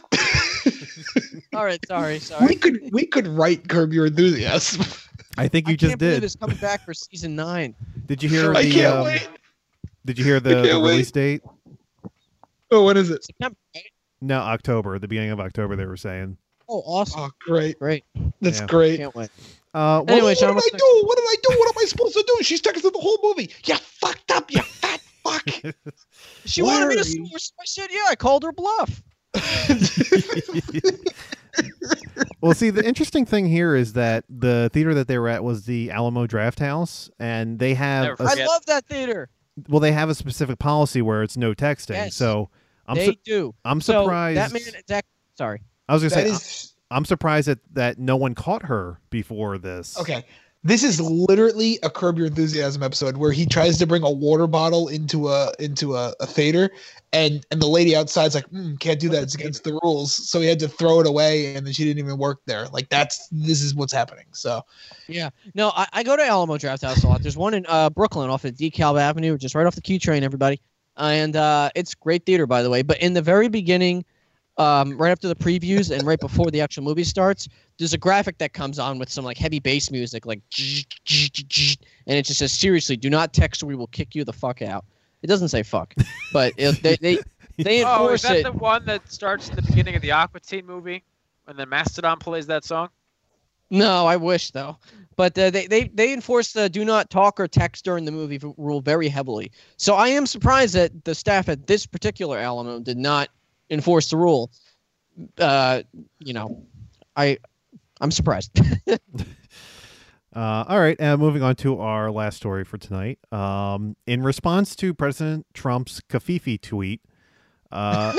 S2: All right, sorry,
S4: we
S2: sorry.
S4: could we could write Curb Your Enthusiasm.
S3: I think you
S2: I
S3: just
S2: can't believe
S3: did.
S2: it's coming back for season nine.
S3: Did you hear
S4: I
S3: the?
S4: can't
S3: um,
S4: wait.
S3: Did you hear the, the
S4: can't wait.
S3: release date?
S4: Oh, what is it?
S2: September. right?
S3: No, October. The beginning of October, they were saying.
S2: Oh, awesome!
S4: Oh, great.
S2: Great,
S4: That's
S3: Yeah.
S4: great.
S2: can't wait.
S3: Uh, well,
S2: Anyway,
S4: what
S2: Sean,
S4: did
S2: what's
S4: I
S2: next?
S4: do? What did I do? What am I supposed to do? She's taking through the whole movie. You fucked up. You fat fuck.
S2: She
S4: Why
S2: wanted me
S4: are
S2: to
S4: you-
S2: score. so I said, "Yeah." I called her bluff.
S3: well, see, the interesting thing here is that the theater that they were at was the Alamo Draft House, and they have
S6: Never
S3: a,
S2: I
S3: s-
S6: forget.
S2: love that theater.
S3: well, they have a specific policy where it's no texting.
S2: Yes.
S3: So I'm
S2: they
S3: su-
S2: do.
S3: I'm
S2: So
S3: surprised.
S2: that man, that sorry.
S3: I was gonna
S4: That
S3: say
S4: is
S3: I- I'm surprised that that no one caught her before this.
S4: okay. This is literally a Curb Your Enthusiasm episode where he tries to bring a water bottle into a into a, a theater, and and the lady outside's like, mm, "Can't do that. It's against the rules." So he had to throw it away, and then she didn't even work there. Like that's this is what's happening. So
S2: Yeah. No, I, I go to Alamo Draft House a lot. There's one in uh, Brooklyn off of DeKalb Avenue, just right off the Q train, everybody. And uh, it's great theater, by the way. But in the very beginning, um, right after the previews and right before the actual movie starts, there's a graphic that comes on with some like heavy bass music, like, and it just says, seriously, do not text or we will kick you the fuck out. It doesn't say fuck, but it, they, they, they
S6: Oh,
S2: enforce
S6: is that
S2: it.
S6: the one that starts at the beginning of the Aqua Teen movie, and then Mastodon plays that song?
S2: No, I wish though. But uh, they, they they enforce the do not talk or text during the movie v- rule very heavily. So I am surprised that the staff at this particular Alamo did not enforce the rule. Uh, you know, I I'm surprised.
S3: Uh, all right, uh, moving on to our last story for tonight. Um, in response to President Trump's Kafifi tweet, uh,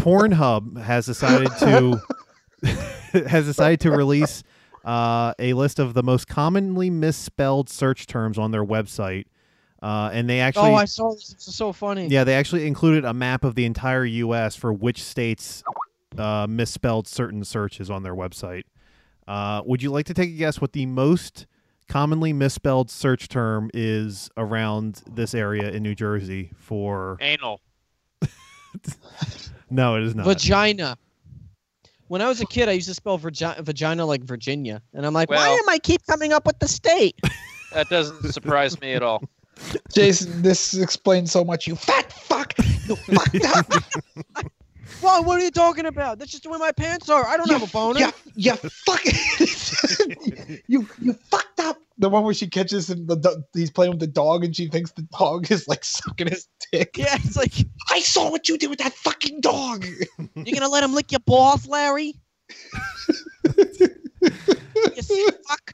S3: Pornhub has decided to has decided to release uh, a list of the most commonly misspelled search terms on their website, uh, and they actually
S2: oh, I saw this. It's so funny.
S3: yeah they actually included a map of the entire U.S. for which states uh, misspelled certain searches on their website. Uh, would you like to take a guess what the most commonly misspelled search term is around this area in New Jersey for?
S6: Anal.
S3: No, it is not.
S2: Vagina. When I was a kid, I used to spell virgi- vagina like Virginia, and I'm like, why
S6: Well-
S2: am I keep coming up with the state?
S6: That doesn't surprise me at all.
S4: Jason, this explains so much. You fat fuck. You fucked up.
S2: Whoa, what are you talking about? That's just the way my pants are. I don't have a boner.
S4: Yeah, yeah, fucking, you, you fucked up. The one where she catches him, the, do- he's playing with the dog, and she thinks the dog is like sucking his dick.
S2: yeah it's like.
S4: I saw what you did with that fucking dog.
S2: You gonna let him lick your balls, Larry? you sick fuck.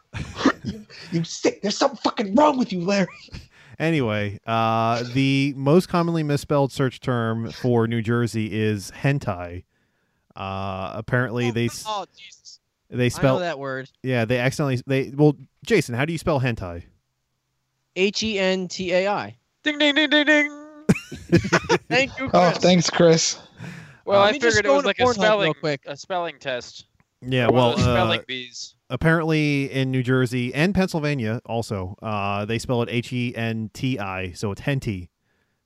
S4: You sick. There's something fucking wrong with you, Larry.
S3: Anyway, uh, the most commonly misspelled search term for New Jersey is hentai. Uh, apparently they s-
S2: Oh Jesus!
S3: they
S2: I know
S3: spell
S2: that word.
S3: yeah they accidentally they well Jason how do you spell hentai?
S2: H e n t a i.
S6: Ding ding ding ding ding.
S2: Thank you, Chris.
S4: Oh, thanks, Chris.
S6: Well,
S2: Uh,
S6: I
S2: let me just
S6: figured it
S2: go
S6: was
S2: to
S6: like
S2: Pornhub
S6: a
S2: real
S6: spelling
S2: quick.
S6: a spelling test.
S3: Yeah,
S6: One
S3: well
S6: of those spelling
S3: uh,
S6: bees.
S3: apparently in New Jersey and Pennsylvania also uh, they spell it H E N T I so it's henty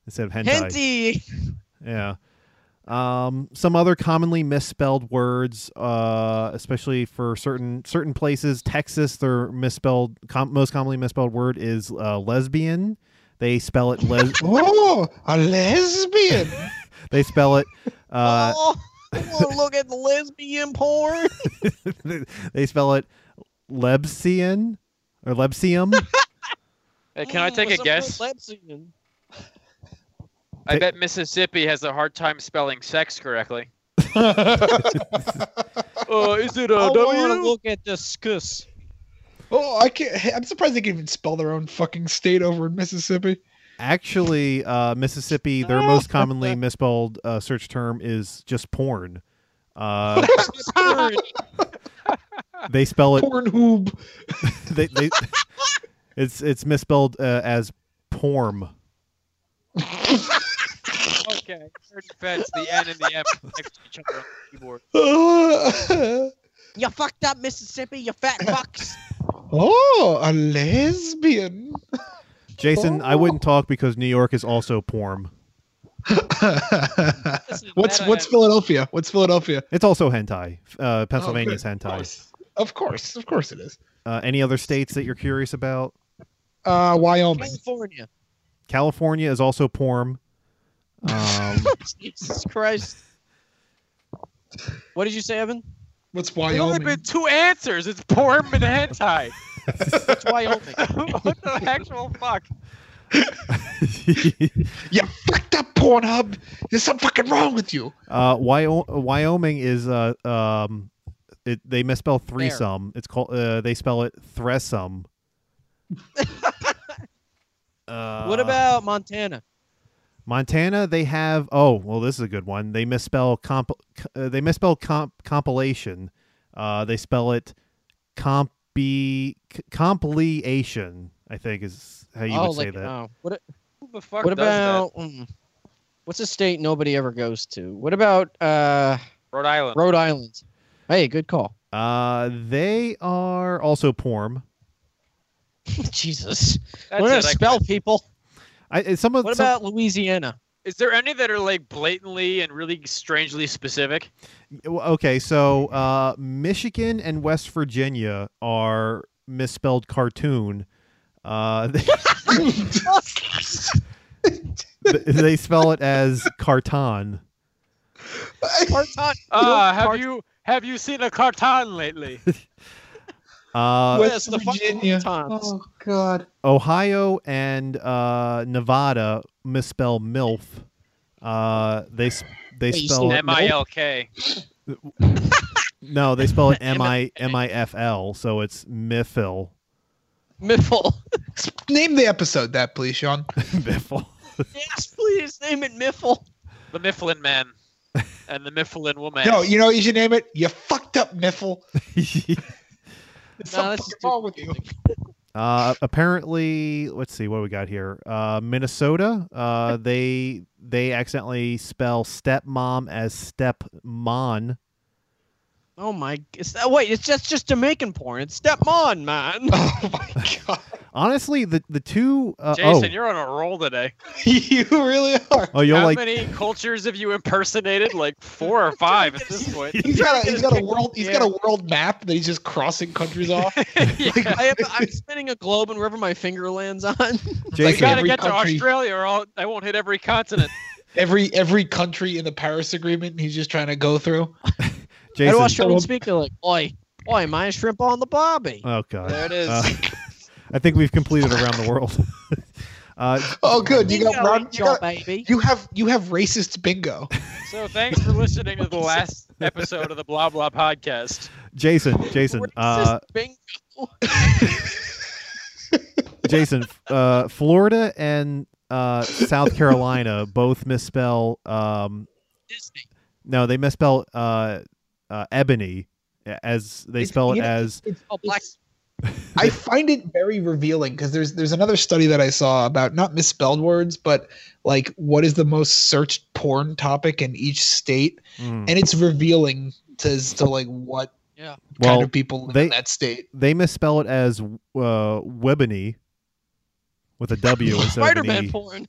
S3: instead of hentai.
S2: Henty.
S3: Yeah. Um, some other commonly misspelled words, uh, especially for certain certain places, Texas, their misspelled com- most commonly misspelled word is uh, lesbian. They spell it les.
S4: oh, a lesbian.
S3: they spell it. Uh,
S2: oh, I want to look at the lesbian porn.
S3: they spell it lebsian or lebsium.
S6: Hey, can I
S2: Mm, what's up
S6: take a
S2: with
S6: guess?
S2: Lesbian?
S6: I bet Mississippi has a hard time spelling sex correctly.
S2: Uh, is it a
S6: Oh,
S2: I want to look at discuss.
S4: Oh, I can't. I'm surprised they can even spell their own fucking state over in Mississippi.
S3: Actually, uh, Mississippi, their most commonly misspelled uh, search term is just porn. Uh, they spell it
S4: Pornhub.
S3: they, they it's it's misspelled uh, as porm.
S6: okay. Third defense, the N and the M next to each other on the keyboard.
S2: You fucked up Mississippi, you fat fucks.
S4: Oh, a lesbian.
S3: Jason, I wouldn't talk because New York is also porm.
S4: What's what's
S2: uh,
S4: Philadelphia? What's Philadelphia?
S3: It's also hentai. Uh, Pennsylvania's hentai.
S4: Of course, of course it is.
S3: Uh, any other states that you're curious about?
S4: Uh, Wyoming.
S2: California.
S3: California is also porm. Um,
S2: Jesus Christ. What did you say, Evan?
S4: What's
S6: There's only
S4: Wyoming?
S6: been two answers. It's porn and hentai.
S2: It's Wyoming.
S3: Uh,
S6: what the actual fuck?
S4: you fucked up Pornhub. There's something fucking wrong with you.
S3: uh, Wyo- Wyoming is uh, um, it, they misspell threesome. It's called uh, they spell it thresome. uh,
S2: what about Montana?
S3: Montana, they have. Oh, well, this is a good one. They misspell comp. Uh, they misspell comp compilation. Uh, they spell it compi c- compilation. I think is how you
S2: oh,
S3: would say
S2: like,
S3: that.
S2: oh, what, a-
S6: Who the fuck
S2: what
S6: does that?
S2: about. mm, what's a state nobody ever goes to? What about uh,
S6: Rhode Island?
S2: Rhode Island? Hey, good call.
S3: Uh, they are also porn.
S2: Jesus.
S6: That's
S2: We're going
S6: it,
S2: to
S6: I
S2: spell people.
S3: I and some of
S2: What
S3: some-
S2: about Louisiana?
S6: Is there any that are like blatantly and really strangely specific?
S3: okay. So uh, Michigan and West Virginia are misspelled cartoon. Uh, they, they spell it as carton.
S2: Carton.
S6: Uh, have you have you seen a carton lately?
S3: Uh,
S2: Yes, the fucking Cartons.
S4: Oh God.
S3: Ohio and uh, Nevada misspell MILF. Uh, they s- they
S2: Wait, you
S3: spell
S2: said
S3: it
S6: M I L K.
S3: no, they spell it M I M I F L, so it's Miffil.
S2: Miffle.
S4: Name the episode that, please, Sean.
S3: Miffil.
S2: yes, please name it Miffle.
S6: The Mifflin Man and the Mifflin Woman.
S4: No, you know what you should name it. You fucked up Miffle. There's
S2: No, that's
S4: something fucking wrong with you.
S3: uh, apparently, let's see what we got here. Uh, Minnesota. Uh, they they accidentally spell stepmom as stepmon.
S2: Oh my! Is that, wait, it's just just Jamaican porn. It's stepmon, man.
S4: Oh my God.
S3: Honestly, the the two. Uh,
S6: Jason,
S3: oh,
S6: you're on a roll today.
S4: you really are.
S3: oh, you're
S6: How
S3: like
S6: many cultures have you impersonated? Like four or five at this point.
S4: He's got a he's got a
S6: Yeah.
S4: world he's got a world map that he's just crossing countries off.
S6: yeah.
S2: I am, I'm spinning a globe and wherever my finger lands on.
S6: I
S3: Jason.
S6: gotta
S4: every
S6: get
S4: country-
S6: to Australia, or I'll, I won't hit every continent.
S4: Every every country in the Paris Agreement he's just trying to go through.
S2: I
S3: Jason.
S2: watch Australian speaker like, oi, oi, my shrimp on the bobby.
S3: Oh god.
S6: There it is.
S3: Uh, I think we've completed around the world. uh,
S4: Oh good, you got
S2: Bingo,
S4: Ron, you
S2: Joe,
S4: got
S2: baby.
S4: you have you have racist bingo.
S6: So thanks for listening to the last episode of the Blah Blah Podcast.
S3: Jason, Jason,
S2: Racist
S3: uh,
S2: bingo.
S3: Jason, uh, Florida and uh, South Carolina both misspell. Um,
S2: Disney.
S3: no, they misspell uh, uh, ebony as they
S4: It's-
S3: spell it
S4: you know-
S3: as
S2: Oh, black.
S4: I find it very revealing because there's there's another study that I saw about not misspelled words, but like what is the most searched porn topic in each state,
S3: Mm.
S4: and it's revealing to, as to like what kind
S3: well.
S4: of people live
S3: they-
S4: in that state.
S3: They misspell it as uh, webony with a W instead of an
S2: Spider-Man
S3: E.
S2: porn.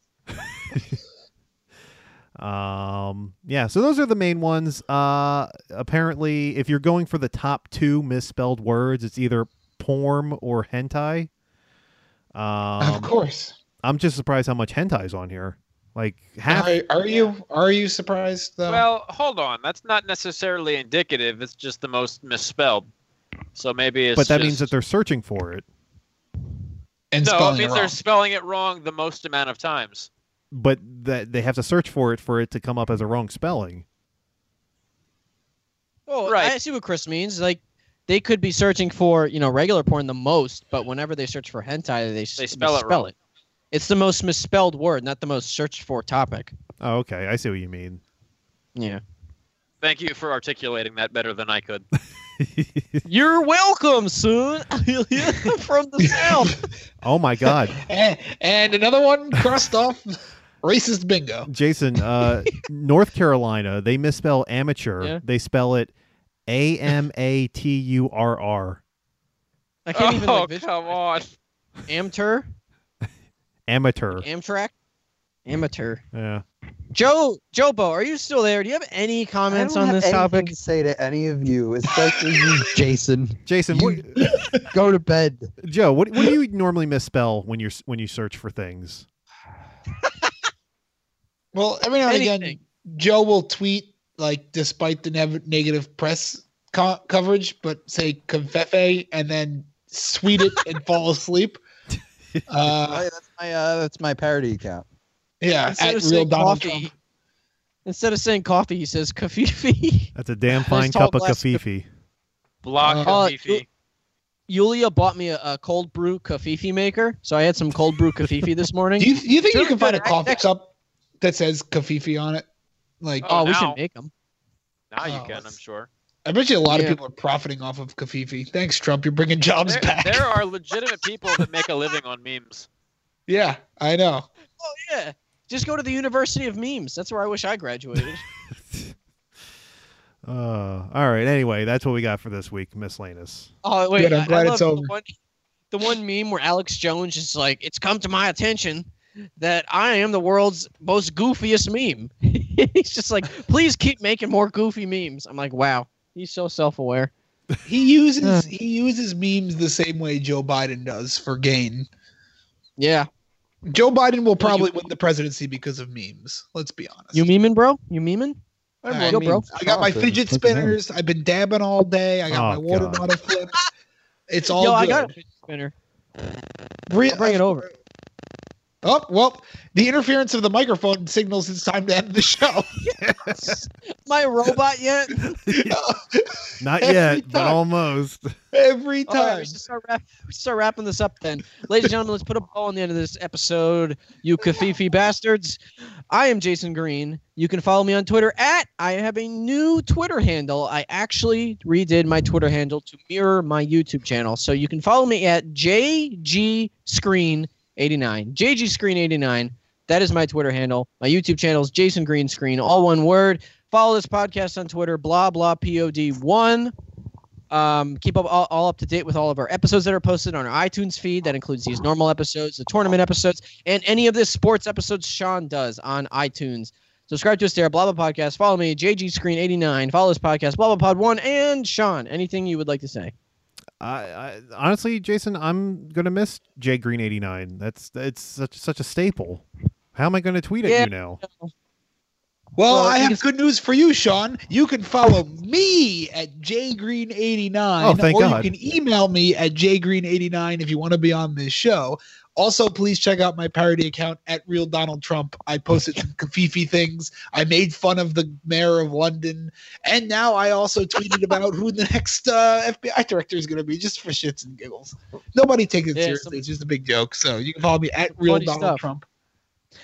S3: Um, yeah, so those are the main ones. Uh, apparently, if you're going for the top two misspelled words, it's either porn or hentai. Um, of
S4: course.
S3: I'm just surprised how much hentai is on here. Like half.
S4: Are, are you are you surprised though?
S6: Well, hold on. That's not necessarily indicative. It's just the most misspelled. So maybe it's
S3: but that
S6: just-
S3: means that they're searching for it.
S6: no, it means they're spelling it wrong the most amount of times.
S3: But that they have to search for it for it to come up as a wrong spelling.
S2: Well, Oh, I see what Chris means. Like they could be searching for you know regular porn the most, but whenever they search for hentai, they, they
S6: spell it wrong.
S2: it. It's the most misspelled word, not the most searched for topic.
S3: Oh, okay. I see what you mean.
S2: Yeah.
S6: Thank you for articulating that better than I could.
S2: You're welcome, soon from the south.
S3: Oh my God,
S4: And, and another one crossed off. Racist bingo.
S3: Jason. Uh, North Carolina, they misspell amateur.
S4: Yeah.
S3: They spell it A M A T U R R.
S2: I can't even
S6: Oh,
S2: like
S6: come on.
S2: Amter,
S3: Amateur.
S2: Amtrak, amateur.
S3: Yeah.
S2: Joe, Joe Bo, are you still there? Do you have any comments
S12: don't
S2: on
S12: have
S2: this
S12: anything
S2: topic?
S12: to say to any of you, especially you, Jason.
S3: Jason, what,
S12: Go to bed.
S3: Joe, what, what do you normally misspell when you're when you search for things?
S4: Well, every now and again, Joe will tweet like, despite the nev- negative press co- coverage, but say confefe and then sweet it and fall asleep.
S2: Oh,
S4: Uh,
S12: that's my uh, that's my parody account.
S4: yeah,
S2: Instead
S4: at
S2: of
S4: real
S2: saying
S4: Donald
S2: coffee,
S4: Trump.
S2: Instead of saying coffee, he says kafifi.
S3: That's a damn
S2: Nice
S3: fine
S2: tall
S3: cup of
S2: glass of-
S3: kafifi.
S6: Block
S2: Uh,
S6: of Fifi.
S2: Yulia bought me a, a cold brew kafifi maker, so I had some cold brew kafifi this morning.
S4: Do you, you think
S2: Sure,
S4: you can find a
S2: good. I-
S4: coffee
S2: next-
S4: cup that says Kafifi on it? Like,
S2: Oh, we
S6: now.
S2: should make them.
S6: Now you
S4: Oh,
S6: can, I'm sure.
S4: I bet you a lot
S2: Yeah.
S4: of people are profiting off of Kafifi. Thanks, Trump. You're bringing jobs
S6: There,
S4: back.
S6: there are legitimate people that make a living on memes.
S4: Yeah, I know.
S2: Oh yeah, just go to the University of Memes. That's where I wish I graduated.
S3: Uh, all right. Anyway, that's what we got for this week, miscellaneous.
S2: oh wait,
S4: Good, I'm
S2: I- I
S4: glad it's
S2: love the
S4: over.
S2: one- the one meme where Alex Jones is like, "It's come to my attention that I am the world's most goofiest meme." He's just like, "Please keep making more goofy memes." I'm like, "Wow, he's so self-aware."
S4: He uses he uses memes the same way Joe Biden does for gain.
S2: Yeah,
S4: Joe Biden will probably win the presidency because of memes. Let's be honest.
S2: you memeing, bro? You memeing?
S4: I,
S2: Yo,
S4: mean,
S2: bro.
S4: I got my
S12: Chocolate.
S4: fidget
S12: Look at him.
S4: spinners. I've been dabbing all day. I got
S3: Oh,
S4: my water
S3: God.
S4: bottle flipped. It's all
S2: Yo,
S4: good.
S2: I got a fidget spinner.
S4: Re-
S2: I'll bring it over.
S4: Oh well, the interference of the microphone signals it's time to end the show.
S2: My robot yet?
S3: Not
S4: Every
S3: yet, but
S4: time.
S3: almost.
S4: Every
S2: All right,
S4: time.
S2: we should start, wrap, we should start wrapping this up then. Ladies and gentlemen, let's put a bow on the end of this episode, you Kafifi bastards. I am Jason Green. You can follow me on Twitter at I have a new Twitter handle. I actually redid my Twitter handle to mirror my YouTube channel. So you can follow me at JGScreen89. JGScreen89. That is my Twitter handle. My YouTube channel is Jason Green Screen, all one word. Follow this podcast on Twitter, blah, blah, POD1. Um, keep up all, all up to date with all of our episodes that are posted on our iTunes feed. That includes these normal episodes, the tournament episodes, and any of this sports episodes Sean does on iTunes. Subscribe to us there, blah blah podcast. Follow me, JG Screen eighty nine. Follow this podcast, blah blah pod one, and Sean. Anything you would like to say?
S3: I, I honestly, Jason, I'm gonna miss Jay Green eighty nine. That's it's such such a staple. How am I gonna tweet at
S2: Yeah.
S3: you now?
S4: Well,
S2: Well,
S4: I
S2: you
S4: have
S2: can-
S4: good news for you, Sean. You can follow me at jgreen89,
S3: Oh, thank
S4: or
S3: God.
S4: you can email me at jgreen89 if you want to be on this show. Also, please check out my parody account at Real Donald Trump. I posted some kafifi things. I made fun of the mayor of London, and now I also tweeted about who the next uh, FBI director is going to be, just for shits and giggles. Nobody takes it
S2: Yeah,
S4: seriously.
S2: some-
S4: It's just a big joke. So you can follow me at Real
S2: Funny
S4: Donald
S2: stuff.
S4: Trump.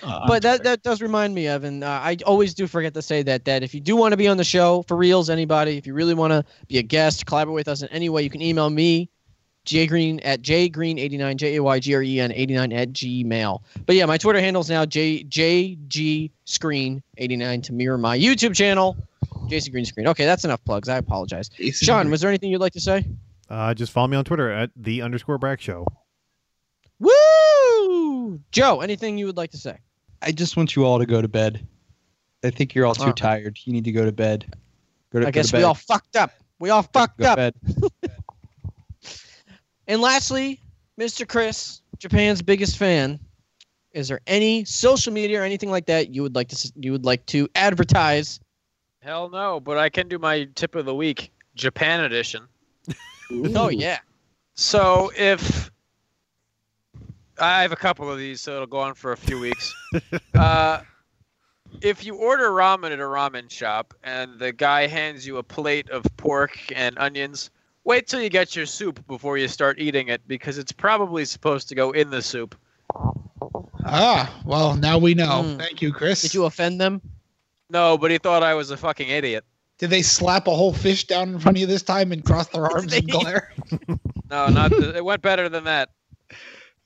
S4: Uh,
S2: but that, that does remind me of, and uh, I always do forget to say that that if you do want to be on the show for reals, anybody, if you really want to be a guest, collaborate with us in any way, you can email me, jgreen at jgreen89, J A Y G R E N 89 at gmail. But yeah, my Twitter handle is now J J G Screen 89 to mirror my YouTube channel, Jason Green Screen. Okay, that's enough plugs. I apologize.
S4: Jason
S2: Sean,
S4: Green.
S2: was there anything you'd like to say?
S3: Uh, just follow me on Twitter at the underscore Brack Show.
S2: Woo! Joe, anything you would like to say?
S5: I just want you all to go to bed. I think you're all too
S2: All right.
S5: tired. You need to go to bed. Go to,
S2: I
S5: go
S2: guess
S5: to bed.
S2: we all fucked up. We all fucked
S5: go to
S2: up.
S5: bed.
S2: And lastly, Mr. Chris, Japan's biggest fan. Is there any social media or anything like that you would like to s- you would like to advertise?
S6: Hell no, but I can do my tip of the week, Japan edition.
S2: Oh yeah.
S6: So if I have a couple of these, so it'll go on for a few weeks. uh, if you order ramen at a ramen shop and the guy hands you a plate of pork and onions, wait till you get your soup before you start eating it because it's probably supposed to go in the soup.
S4: Ah, well, now we know.
S6: Mm.
S4: Thank you, Chris. Did
S2: you offend them?
S6: No, but he thought I was a fucking idiot.
S4: Did they slap a whole fish down in front of you this time and cross their arms and glare?
S6: No, not th- it went better than that.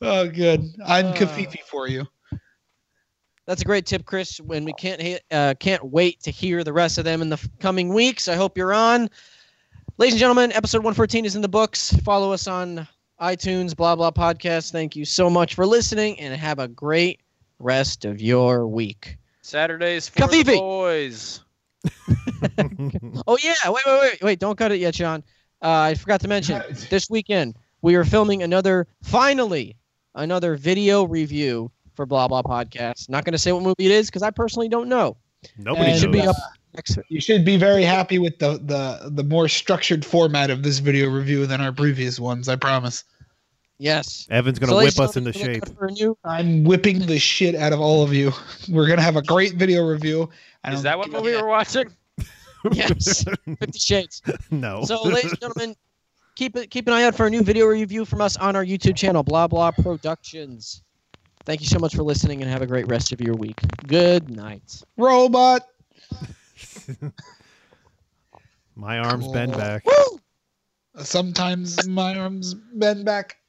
S4: Oh, good. I'm
S2: Uh.
S4: Kafifi for you.
S2: That's a great tip, Chris. When we can't ha- uh, can't wait to hear the rest of them in the f- coming weeks. I hope you're on. Ladies and gentlemen, episode 114 is in the books. Follow us on iTunes, blah blah podcast. Thank you so much for listening, and have a great rest of your week.
S6: Saturdays for the
S2: Kafifi!
S6: boys.
S2: Oh yeah, wait, wait, wait, wait! Don't cut it yet, John. Uh, I forgot to mention this weekend we are filming another, finally, another video review for Blah Blah Podcast. Not going to say what movie it is because I personally don't know.
S3: Nobody
S2: it should be
S3: knows.
S2: up next.
S4: You should be very happy with the, the, the more structured format of this video review than our previous ones, I promise.
S2: Yes.
S3: Evan's gonna
S4: So
S3: whip
S4: ladies
S3: us
S4: and
S3: into shape.
S4: I'm whipping the shit out of all of you. We're going to have a great video review. I
S6: Is
S4: don't
S6: that what movie we're watching?
S2: Yes. Fifty Shades.
S3: No.
S2: So, ladies and gentlemen, keep it, keep an eye out for a new video review from us on our YouTube channel, Blah Blah Productions. Thank you so much for listening, and have a great rest of your week. Good night.
S4: Robot.
S3: My arms bend back.
S4: Sometimes my arms bend back.